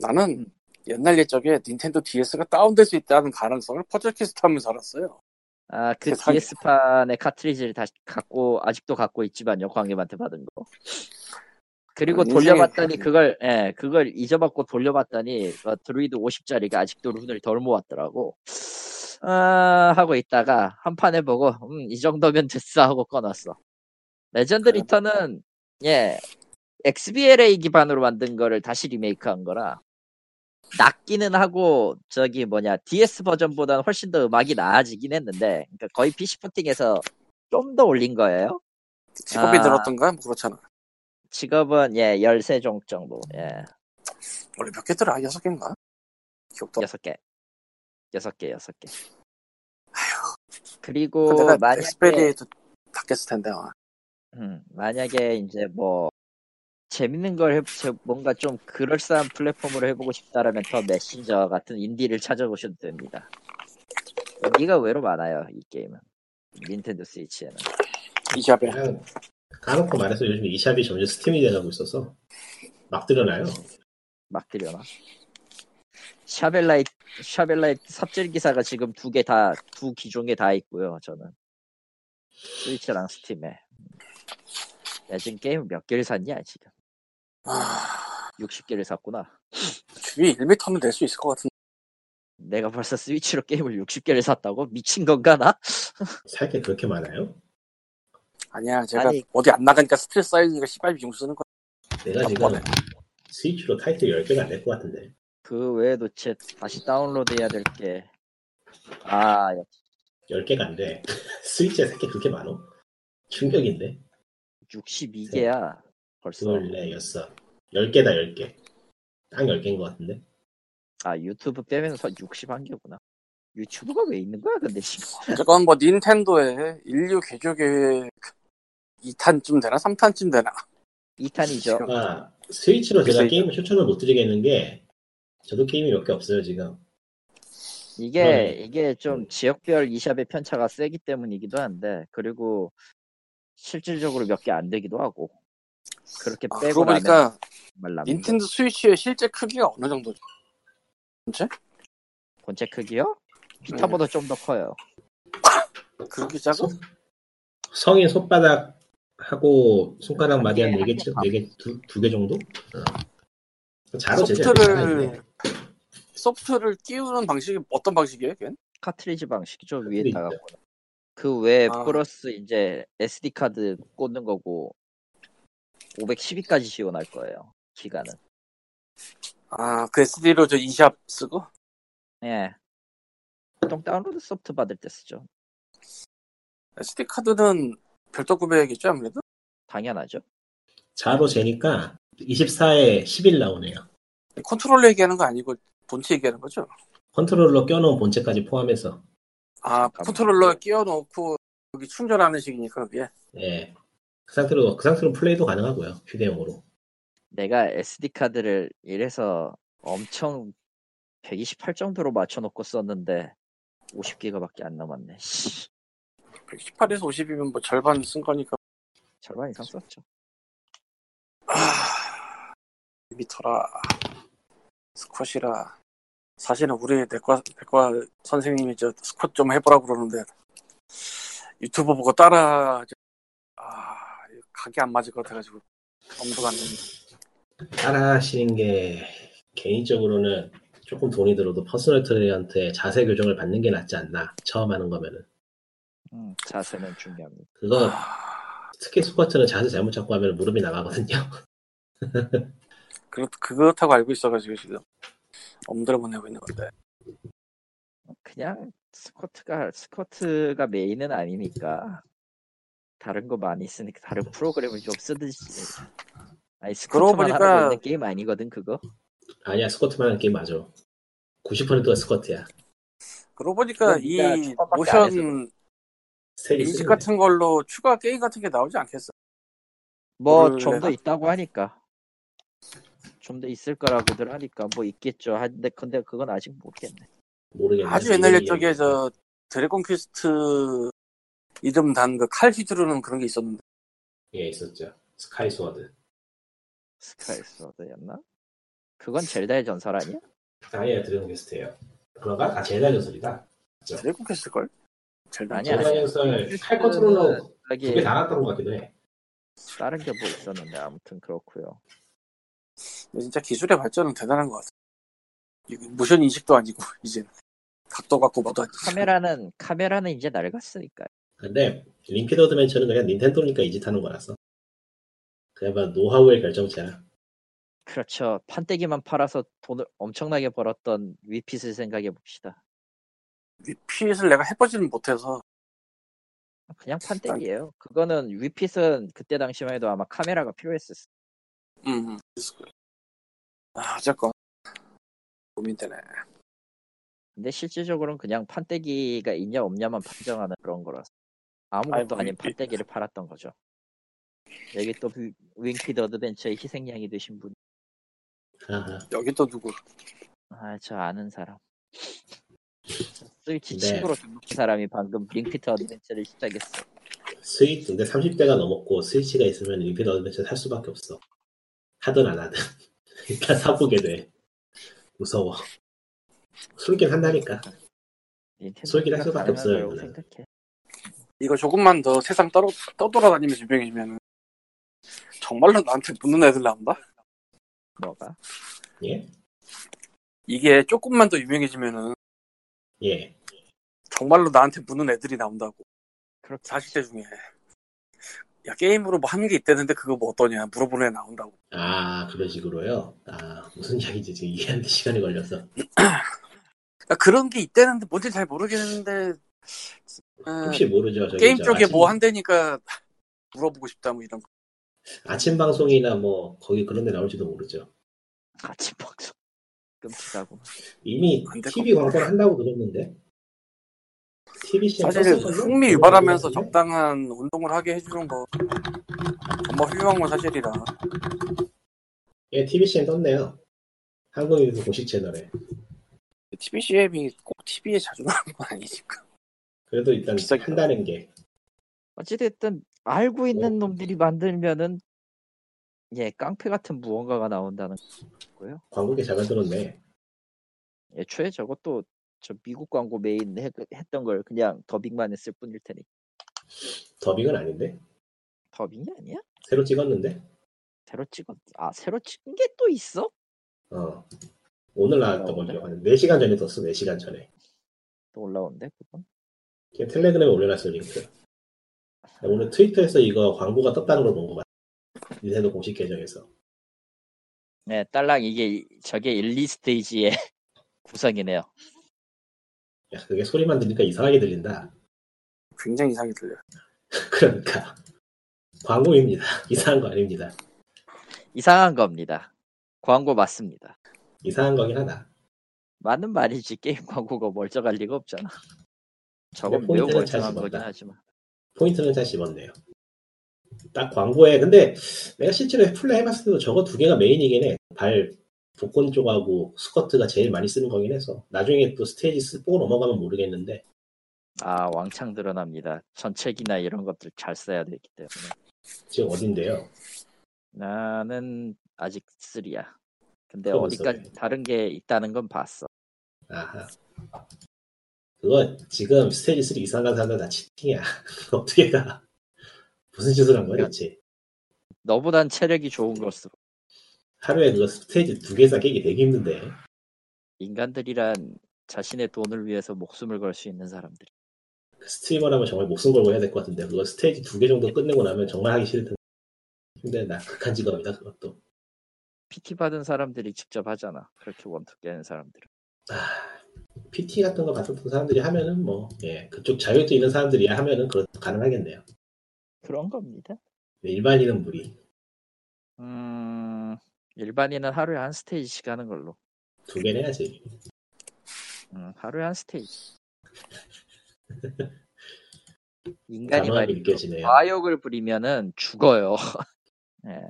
[SPEAKER 1] 나는
[SPEAKER 2] 음.
[SPEAKER 1] 옛날 옛적에 닌텐도 DS가 다운될 수 있다는 가능성을 퍼즐 퀘스트 하면서 알았어요.
[SPEAKER 2] 아, 그
[SPEAKER 1] 세상에.
[SPEAKER 2] DS판의 카트리지를 다시 갖고, 아직도 갖고 있지만요, 광님한테 받은 거. 그리고
[SPEAKER 1] 아, 인생의
[SPEAKER 2] 돌려봤더니
[SPEAKER 1] 다른-
[SPEAKER 2] 그걸, 예, 그걸 잊어먹고 돌려봤더니, 어, 드루이드 50짜리가 아직도 룬을 덜 모았더라고. 아, 하고 있다가, 한 판에 보고, 음, 이 정도면 됐어 하고 꺼놨어. 레전드
[SPEAKER 1] 그래.
[SPEAKER 2] 리턴은, 예, XBLA 기반으로 만든 거를 다시 리메이크한 거라, 낮기는 하고 저기 뭐냐 DS 버전보다는 훨씬 더 음악이 나아지긴 했는데 그러니까 거의 PC 포팅에서 좀 더 올린 거예요.
[SPEAKER 1] 직업이
[SPEAKER 2] 아.
[SPEAKER 1] 늘었던가? 뭐 그렇잖아.
[SPEAKER 2] 직업은 예 13종 정도 예
[SPEAKER 1] 원래 몇 개더라? 여섯 개인가? 기억도 안
[SPEAKER 2] 6개 6개 6개
[SPEAKER 1] 나.
[SPEAKER 2] 그리고
[SPEAKER 1] 내가
[SPEAKER 2] 만약에
[SPEAKER 1] 엑스페리에도 닦였을 텐데. 아.
[SPEAKER 2] 음, 만약에 이제 뭐 재밌는 걸 해, 제- 뭔가 좀 그럴싸한 플랫폼으로 해보고 싶다라면 더 메신저 같은 인디를 찾아보셔도 됩니다. 인디가 외로 많아요 이 게임은 닌텐도 스위치에는
[SPEAKER 1] 이샵에.
[SPEAKER 2] 음.
[SPEAKER 3] 그냥 까놓고 말해서 요즘 이샵이 점점 스팀이 돼가고 있어서 막 들여놔요.
[SPEAKER 2] 막 들여놔. 샤벨라이트, 샤벨라이트 삽질 기사가 지금 두 개 다, 두 기종에 다 있고요, 저는. 스위치랑 스팀에. 야, 지금 게임 몇 개를 샀냐, 지금.
[SPEAKER 1] 아,
[SPEAKER 2] 60개를 샀구나.
[SPEAKER 1] 줄이 1m는 낼 수 있을 것 같은데.
[SPEAKER 2] 내가 벌써 스위치로 게임을 60개를 샀다고? 미친 건가, 나?
[SPEAKER 3] 살 게 그렇게 많아요?
[SPEAKER 1] 아니야, 제가
[SPEAKER 2] 아니.
[SPEAKER 1] 어디 안 나가니까 스트레 쌓이니까 시발 비중 쓰는 거야.
[SPEAKER 3] 내가 지금
[SPEAKER 1] 덕분에.
[SPEAKER 3] 스위치로 타이틀 10개가 안 될 것 같은데.
[SPEAKER 2] 그 외에 도대체 다시 다운로드 해야 될 게. 아,
[SPEAKER 3] 10개가 안 돼. 스위치에 살게 그렇게 많어? 충격인데.
[SPEAKER 1] 네.
[SPEAKER 2] 62개야. 벌써.
[SPEAKER 3] 둘, 넷, 여섯. 10개다, 10개. 딱 10개인 것 같은데.
[SPEAKER 2] 아, 유튜브 빼면서 61개구나. 유튜브가 왜 있는 거야, 근데 지금.
[SPEAKER 1] 그건 뭐 닌텐도의 인류 개조계획 2탄쯤 되나? 3탄쯤 되나?
[SPEAKER 2] 2탄이죠.
[SPEAKER 3] 아, 스위치로 제가
[SPEAKER 1] 글쎄요.
[SPEAKER 3] 게임을 추천을 못 드리겠는 게, 저도 게임이 몇 개 없어요, 지금.
[SPEAKER 2] 이게
[SPEAKER 3] 그러네.
[SPEAKER 2] 이게 좀
[SPEAKER 3] 음.
[SPEAKER 2] 지역별 이샵의 편차가 세기 때문이기도 한데 그리고 실질적으로 몇 개 안 되기도 하고 그렇게
[SPEAKER 1] 아, 그러고
[SPEAKER 2] 빼고 네, 뭐 나면
[SPEAKER 1] 보니까
[SPEAKER 2] 정말 남는 거.
[SPEAKER 1] 닌텐도 스위치의 실제 크기가 어느 정도죠?
[SPEAKER 2] 본체 크기요?
[SPEAKER 1] 네.
[SPEAKER 2] 비타보다 좀 더 커요.
[SPEAKER 1] 그렇게 작아?
[SPEAKER 3] 성인 손바닥하고
[SPEAKER 1] 아,
[SPEAKER 3] 손가락 마디한
[SPEAKER 1] 네,
[SPEAKER 3] 4개,
[SPEAKER 2] 한
[SPEAKER 3] 4개, 2개 정도? 어. 자로 제작 네,
[SPEAKER 1] 소프트를 소프트를 끼우는 방식이 어떤 방식이에요? 걘?
[SPEAKER 2] 카트리지 방식이죠
[SPEAKER 3] 카트리지.
[SPEAKER 2] 위에다가 그 외에
[SPEAKER 1] 아.
[SPEAKER 2] 플러스 이제 SD 카드 꽂는 거고 512까지 지원할 거예요 기간은.
[SPEAKER 1] 아, 그 SD로 저 이샵 쓰고
[SPEAKER 2] 예. 보통 다운로드 소프트 받을 때 쓰죠.
[SPEAKER 1] SD 카드는 별도 구매액이죠 아무래도.
[SPEAKER 2] 당연하죠.
[SPEAKER 3] 자로 재니까 24에 10일 나오네요.
[SPEAKER 1] 컨트롤러 얘기하는 거 아니고 본체 얘기하는 거죠?
[SPEAKER 3] 컨트롤러 껴놓은 본체까지 포함해서.
[SPEAKER 1] 아, 컨트롤러 끼워놓고 여기 충전하는 식이니까 그게.
[SPEAKER 3] 예. 그 상태로, 그 상태로 플레이도 가능하고요. 휴대용으로.
[SPEAKER 2] 내가 SD 카드를 이래서 엄청 128 정도로 맞춰놓고 썼는데 50기가밖에 안 남았네. 씨,
[SPEAKER 1] 118에서 50이면 뭐 절반 쓴 거니까
[SPEAKER 2] 절반 이상 썼죠.
[SPEAKER 1] 미터라 스쿼시라 사실은 우리 내과 내과 선생님이 저 스쿼트 좀 해보라 그러는데 유튜브 보고 따라 아 이거 각이 안 맞을 것 같아가지고 엄두가 안 납니다.
[SPEAKER 3] 따라 하시는 게 개인적으로는 조금 돈이 들어도 퍼스널 트레이너한테 자세 교정을 받는 게 낫지 않나 처음 하는 거면은
[SPEAKER 2] 음, 자세는 중요합니다.
[SPEAKER 3] 그거
[SPEAKER 1] 아,
[SPEAKER 3] 특히 스쿼트는 자세 잘못 잡고 하면 무릎이 나가거든요
[SPEAKER 1] 그렇 그렇다고 알고 있어가지고 지금 엄두를 못 내고 있는 건데
[SPEAKER 2] 그냥 스쿼트가 스쿼트가 메인은 아니니까 다른 거 많이 쓰니까 다른 프로그램을 좀 쓰듯이. 아니
[SPEAKER 1] 그러고
[SPEAKER 2] 스쿼트만
[SPEAKER 1] 보니까-
[SPEAKER 2] 하는 게임 아니거든 그거.
[SPEAKER 3] 아니야 스쿼트만 하는 게임 맞아 90%가 스쿼트야
[SPEAKER 1] 그러고 보니까
[SPEAKER 2] 그건
[SPEAKER 1] 이
[SPEAKER 2] 네가 추가밖에 안 해서
[SPEAKER 1] 모션
[SPEAKER 3] 스텝이
[SPEAKER 1] 인식
[SPEAKER 3] 쓰는데.
[SPEAKER 1] 같은 걸로 추가 게임 같은 게 나오지 않겠어?
[SPEAKER 2] 뭐
[SPEAKER 1] 모르겠네.
[SPEAKER 2] 좀 더 있다고 하니까 좀 더 있을 거라고들 하니까 뭐 있겠죠. 한데 근데 그건 아직 모르겠네.
[SPEAKER 3] 모르겠네
[SPEAKER 1] 아주 옛날
[SPEAKER 3] 이름이
[SPEAKER 1] 옛적에
[SPEAKER 3] 이름이.
[SPEAKER 1] 저 드래곤 퀘스트 이름 단 그 칼 휘두르는 그런 게 있었는데
[SPEAKER 3] 예 있었죠 스카이 스워드
[SPEAKER 2] 스카이스워드였나? 그건 젤다의 전설 아니야?
[SPEAKER 3] 아니야 드래곤 퀘스트예요 그런가? 아 제다 전설이다
[SPEAKER 1] 드래곤 퀘스트 걸? 젤다
[SPEAKER 2] 아니야.
[SPEAKER 3] 제다 전설 칼컨트롤러
[SPEAKER 2] 저기
[SPEAKER 1] 예.
[SPEAKER 3] 두개 나갔던 것 같기도 해
[SPEAKER 2] 다른 게 뭐 있었는데 아무튼 그렇고요.
[SPEAKER 1] 진짜 기술의 발전은 대단한 것 같아. 이 모션 인식도 아니고 이제 각도 갖고 뭐도 아니고.
[SPEAKER 2] 카메라는 카메라는 이제 낡았으니까.
[SPEAKER 3] 근데 링키드 어드벤처는 그냥 닌텐도니까 이짓하는 거라서 그야말로 노하우의 결정체야
[SPEAKER 2] 그렇죠. 판때기만 팔아서 돈을 엄청나게 벌었던 위핏을 생각해 봅시다.
[SPEAKER 1] 위핏을 내가 해보지는 못해서
[SPEAKER 2] 아, 그냥
[SPEAKER 3] 아.
[SPEAKER 2] 판때기예요. 그거는 위핏은 그때 당시만 해도 아마 카메라가 필요했을 수-
[SPEAKER 1] 음. 음. 그랬을 거예요. 아 어쨌건 고민되네.
[SPEAKER 2] 근데 실질적으로는 그냥 판때기가 있냐 없냐만 판정하는 그런 거라서 아무것도
[SPEAKER 3] 뭐
[SPEAKER 1] 아이고,
[SPEAKER 2] 아닌
[SPEAKER 1] 이-
[SPEAKER 2] 판때기를 팔았던 거죠. 여기 또 위- 윙키드 어드벤처의 희생양이 되신 분,
[SPEAKER 3] 아하.
[SPEAKER 1] 여기 또 누구?
[SPEAKER 2] 아 저 아는 사람, 스위치
[SPEAKER 3] 네.
[SPEAKER 2] 친구로 등록한 사람이 방금 윙키드 어드벤처를 시작했어.
[SPEAKER 3] 스위치 근데 30대가 넘었고 스위치가 있으면 링키드 어드벤처 살 수밖에 없어 하든 안 하든 일단 사보게 돼 무서워 술긴 한다니까
[SPEAKER 2] 닌텐도가
[SPEAKER 3] 솔깃할 수밖에 없어요,
[SPEAKER 2] 가능한 거라고
[SPEAKER 3] 이거는.
[SPEAKER 2] 생각해.
[SPEAKER 1] 이거 조금만 더 세상 떠, 떠돌아다니면서 유명해지면 정말로 나한테 묻는 애들 나온다?
[SPEAKER 2] 뭐가?
[SPEAKER 3] 예?
[SPEAKER 1] 이게 조금만 더 유명해지면은
[SPEAKER 3] 예
[SPEAKER 1] 정말로 나한테 묻는 애들이 나온다고.
[SPEAKER 2] 그렇게
[SPEAKER 1] 40대 중에. 야, 게임으로 뭐 하는 게 있다는데 그거 뭐 어떠냐 물어보는 애 나온다고.
[SPEAKER 3] 아, 그런 식으로요? 아, 무슨 이야기인지 지금 이해하는데 시간이 걸려서.
[SPEAKER 1] 음. 그러니까 그런 게 있다는데 뭔지 잘 모르겠는데, 어,
[SPEAKER 3] 혹시 모르죠. 저기
[SPEAKER 1] 게임
[SPEAKER 3] 저
[SPEAKER 1] 쪽에
[SPEAKER 3] 아침-
[SPEAKER 1] 뭐 한다니까 물어보고 싶다 뭐 이런 거.
[SPEAKER 3] 아침 방송이나 뭐, 거기 그런 데 나올지도 모르죠.
[SPEAKER 2] 같이 박수 끔찍하고
[SPEAKER 3] 이미
[SPEAKER 1] 안 될
[SPEAKER 3] TV 광고를 한다고 들었는데. TBC에
[SPEAKER 1] 사실 흥미 유발하면서 적당한 운동을 하게 해주는 거 정말 훌륭한 건 사실이라.
[SPEAKER 3] 예, TBC에 떴네요. 한국인도 공식 채널에.
[SPEAKER 1] TV CM이 꼭 TV에 자주 나오는 건 아니니까.
[SPEAKER 3] 그래도 일단
[SPEAKER 1] 비싸게
[SPEAKER 3] 한다는 게.
[SPEAKER 2] 어찌됐든 알고 있는 놈들이 만들면은 예 깡패 같은 무언가가 나온다는 거고요.
[SPEAKER 3] 광고계 잘 들었네.
[SPEAKER 2] 애초에 저것도 저 미국 광고 메인 해- 했던 걸 그냥 더빙만 했을 뿐일 테니
[SPEAKER 3] 더빙은 아닌데?
[SPEAKER 2] 더빙이 아니야?
[SPEAKER 3] 새로 찍었는데?
[SPEAKER 2] 새로 찍었 아 새로 찍은 게 또 있어?
[SPEAKER 3] 어. 오늘 나왔던
[SPEAKER 2] 나오네.
[SPEAKER 3] 거죠. 한 4시간 전에 떴어, 4시간 전에.
[SPEAKER 2] 또 올라온대 그건
[SPEAKER 3] 그냥 텔레그램에 올려놨어, 링크. 오늘 트위터에서 이거 광고가 떴다는 걸 본 것 같아. 닌텐도 공식 계정에서.
[SPEAKER 2] 네 딸랑 이게 이- 저게 1, 2스테이지의 구성이네요
[SPEAKER 3] 야, 그게 소리만 들으니까 이상하게 들린다.
[SPEAKER 1] 굉장히 이상이 들려.
[SPEAKER 3] 그러니까. 광고입니다. 이상한 거 아닙니다.
[SPEAKER 2] 이상한 겁니다 광고 맞습니다
[SPEAKER 3] 이상한 거긴 하다.
[SPEAKER 2] 맞는 말이지 게임 광고가 멀쩡할 리가 없잖아 저건
[SPEAKER 3] 근데
[SPEAKER 2] 매우
[SPEAKER 3] 포인트는 잘
[SPEAKER 2] 멀쩡한 거긴
[SPEAKER 3] 집었다.
[SPEAKER 2] 하지만
[SPEAKER 3] 포인트는 잘 집었네요. 딱 광고에, 근데 내가 실제로 플레이 해봤을 때도 저거 두 개가 메인이긴 해. 발, 복근 쪽하고 스쿼트가 제일 많이 쓰는 거긴 해서. 나중에 또 스테이지 쓰- 뽀고 넘어가면 모르겠는데.
[SPEAKER 2] 아 왕창 드러납니다 전책이나 이런 것들 잘 써야 되기 때문에
[SPEAKER 3] 지금 어딘데요?
[SPEAKER 2] 나는 아직 3야 근데
[SPEAKER 3] 그거
[SPEAKER 2] 어디까지
[SPEAKER 3] 없어요.
[SPEAKER 2] 다른 게 있다는 건 봤어.
[SPEAKER 3] 아하. 그거 지금 스테이지 3 이상 간 사람들 다 치팅이야. 그거 어떻게 가? 무슨 짓을 한 거야, 대체?
[SPEAKER 2] 너보단 체력이 좋은 것으로
[SPEAKER 3] 하루에 그거 스테이지 두 개상 깨기 되게 힘든데.
[SPEAKER 2] 인간들이란 자신의 돈을 위해서 목숨을 걸 수 있는 사람들.
[SPEAKER 3] 그 스트리머라면 정말 목숨 걸고 해야 될 것 같은데. 그거 스테이지 두 개 정도 끝내고 나면 정말 하기 싫을 텐데. 근데 나 극한 직업이다, 그것도.
[SPEAKER 2] PT 받은 사람들이 직접 하잖아. 그렇게 원투 깨는 사람들은.
[SPEAKER 3] PT 같은 거 받았던 사람들이 하면은 뭐, 예, 그쪽 자격증 있는 사람들이야 하면은 그런 가능하겠네요.
[SPEAKER 2] 그런 겁니다.
[SPEAKER 3] 근데 일반인은 무리.
[SPEAKER 2] 음, 일반인은 하루에 한 스테이지씩 하는 걸로.
[SPEAKER 3] 두 개는 해야지.
[SPEAKER 2] 음, 하루에 한 스테이지. 인간이
[SPEAKER 3] 단호함이
[SPEAKER 2] 말이죠.
[SPEAKER 3] 느껴지네요.
[SPEAKER 2] 과욕을 부리면은 죽어요. 예,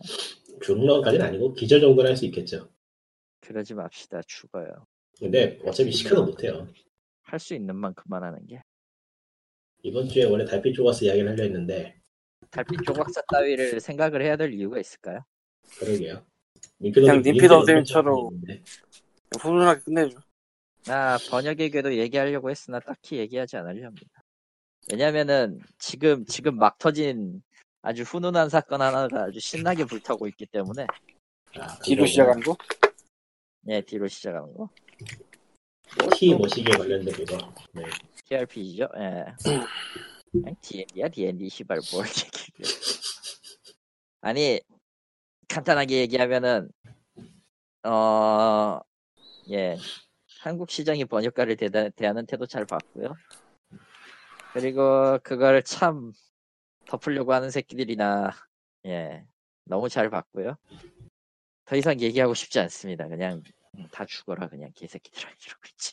[SPEAKER 3] 중론까지는 아니고 기절정도는 할 수 있겠죠.
[SPEAKER 2] 그러지 맙시다. 죽어요.
[SPEAKER 3] 근데 어차피 시켜도 못해요.
[SPEAKER 2] 할 수 있는 만큼만 하는 게.
[SPEAKER 3] 이번 주에 원래 달빛 조가스 이야기를 하려 했는데
[SPEAKER 2] 달빛 조각사 따위를 생각을 해야 될 이유가 있을까요?
[SPEAKER 3] 그러게요.
[SPEAKER 1] 그냥 님피드
[SPEAKER 3] 님
[SPEAKER 1] 어드벤처로. 훈훈하게 끝내줘.
[SPEAKER 2] 나 번역의 궤도 얘기하려고 했으나 딱히 얘기하지 않으려 합니다. 왜냐면은 지금 지금 막 터진 아주 훈훈한 사건 하나가 아주 신나게 불타고 있기 때문에
[SPEAKER 3] 아,
[SPEAKER 1] 뒤로 시작하는 거?
[SPEAKER 2] 예 뒤로 시작하는 거
[SPEAKER 3] 티
[SPEAKER 1] 뭐?
[SPEAKER 3] 뭐 머시기에 관련된 그거. 네.
[SPEAKER 2] TRPG죠 예 그냥 D&D야 D&D 시발 뭘 얘기해 아니 간단하게 얘기하면은 어예 한국 시장이 번역가를 대다, 대하는 태도 잘 봤고요 그리고 그걸 참 덮으려고 하는 새끼들이나 예 너무 잘 봤고요 더 이상 얘기하고 싶지 않습니다 그냥 다 죽어라 그냥 개새끼들아 이러고 있지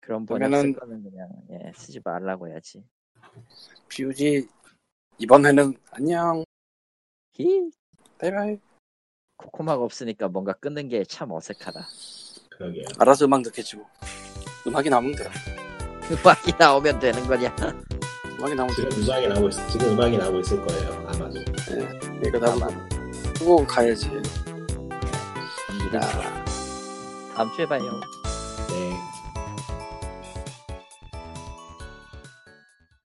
[SPEAKER 2] 그런 번역 쓸
[SPEAKER 1] 그러면은-
[SPEAKER 2] 거는 그냥 예 쓰지 말라고 해야지
[SPEAKER 1] 비우지 이번에는 안녕.
[SPEAKER 2] 히
[SPEAKER 1] 바이바이.
[SPEAKER 2] 코코마가 없으니까 뭔가 끊는 게 참 어색하다
[SPEAKER 3] 그러게요.
[SPEAKER 1] 알아서 음악 넣겠지 뭐. 음악이 나오면 돼.
[SPEAKER 2] 음악이 나오면 되는 거냐
[SPEAKER 1] 음악이 나오면 돼.
[SPEAKER 3] 지금 음악이 나오고 있, 지금 음악이 나오고 있을 거예요. 아마도.
[SPEAKER 1] 그러니까 나도 끄고 가야지.
[SPEAKER 2] 갑니다 다음 주에 봐요
[SPEAKER 3] 네.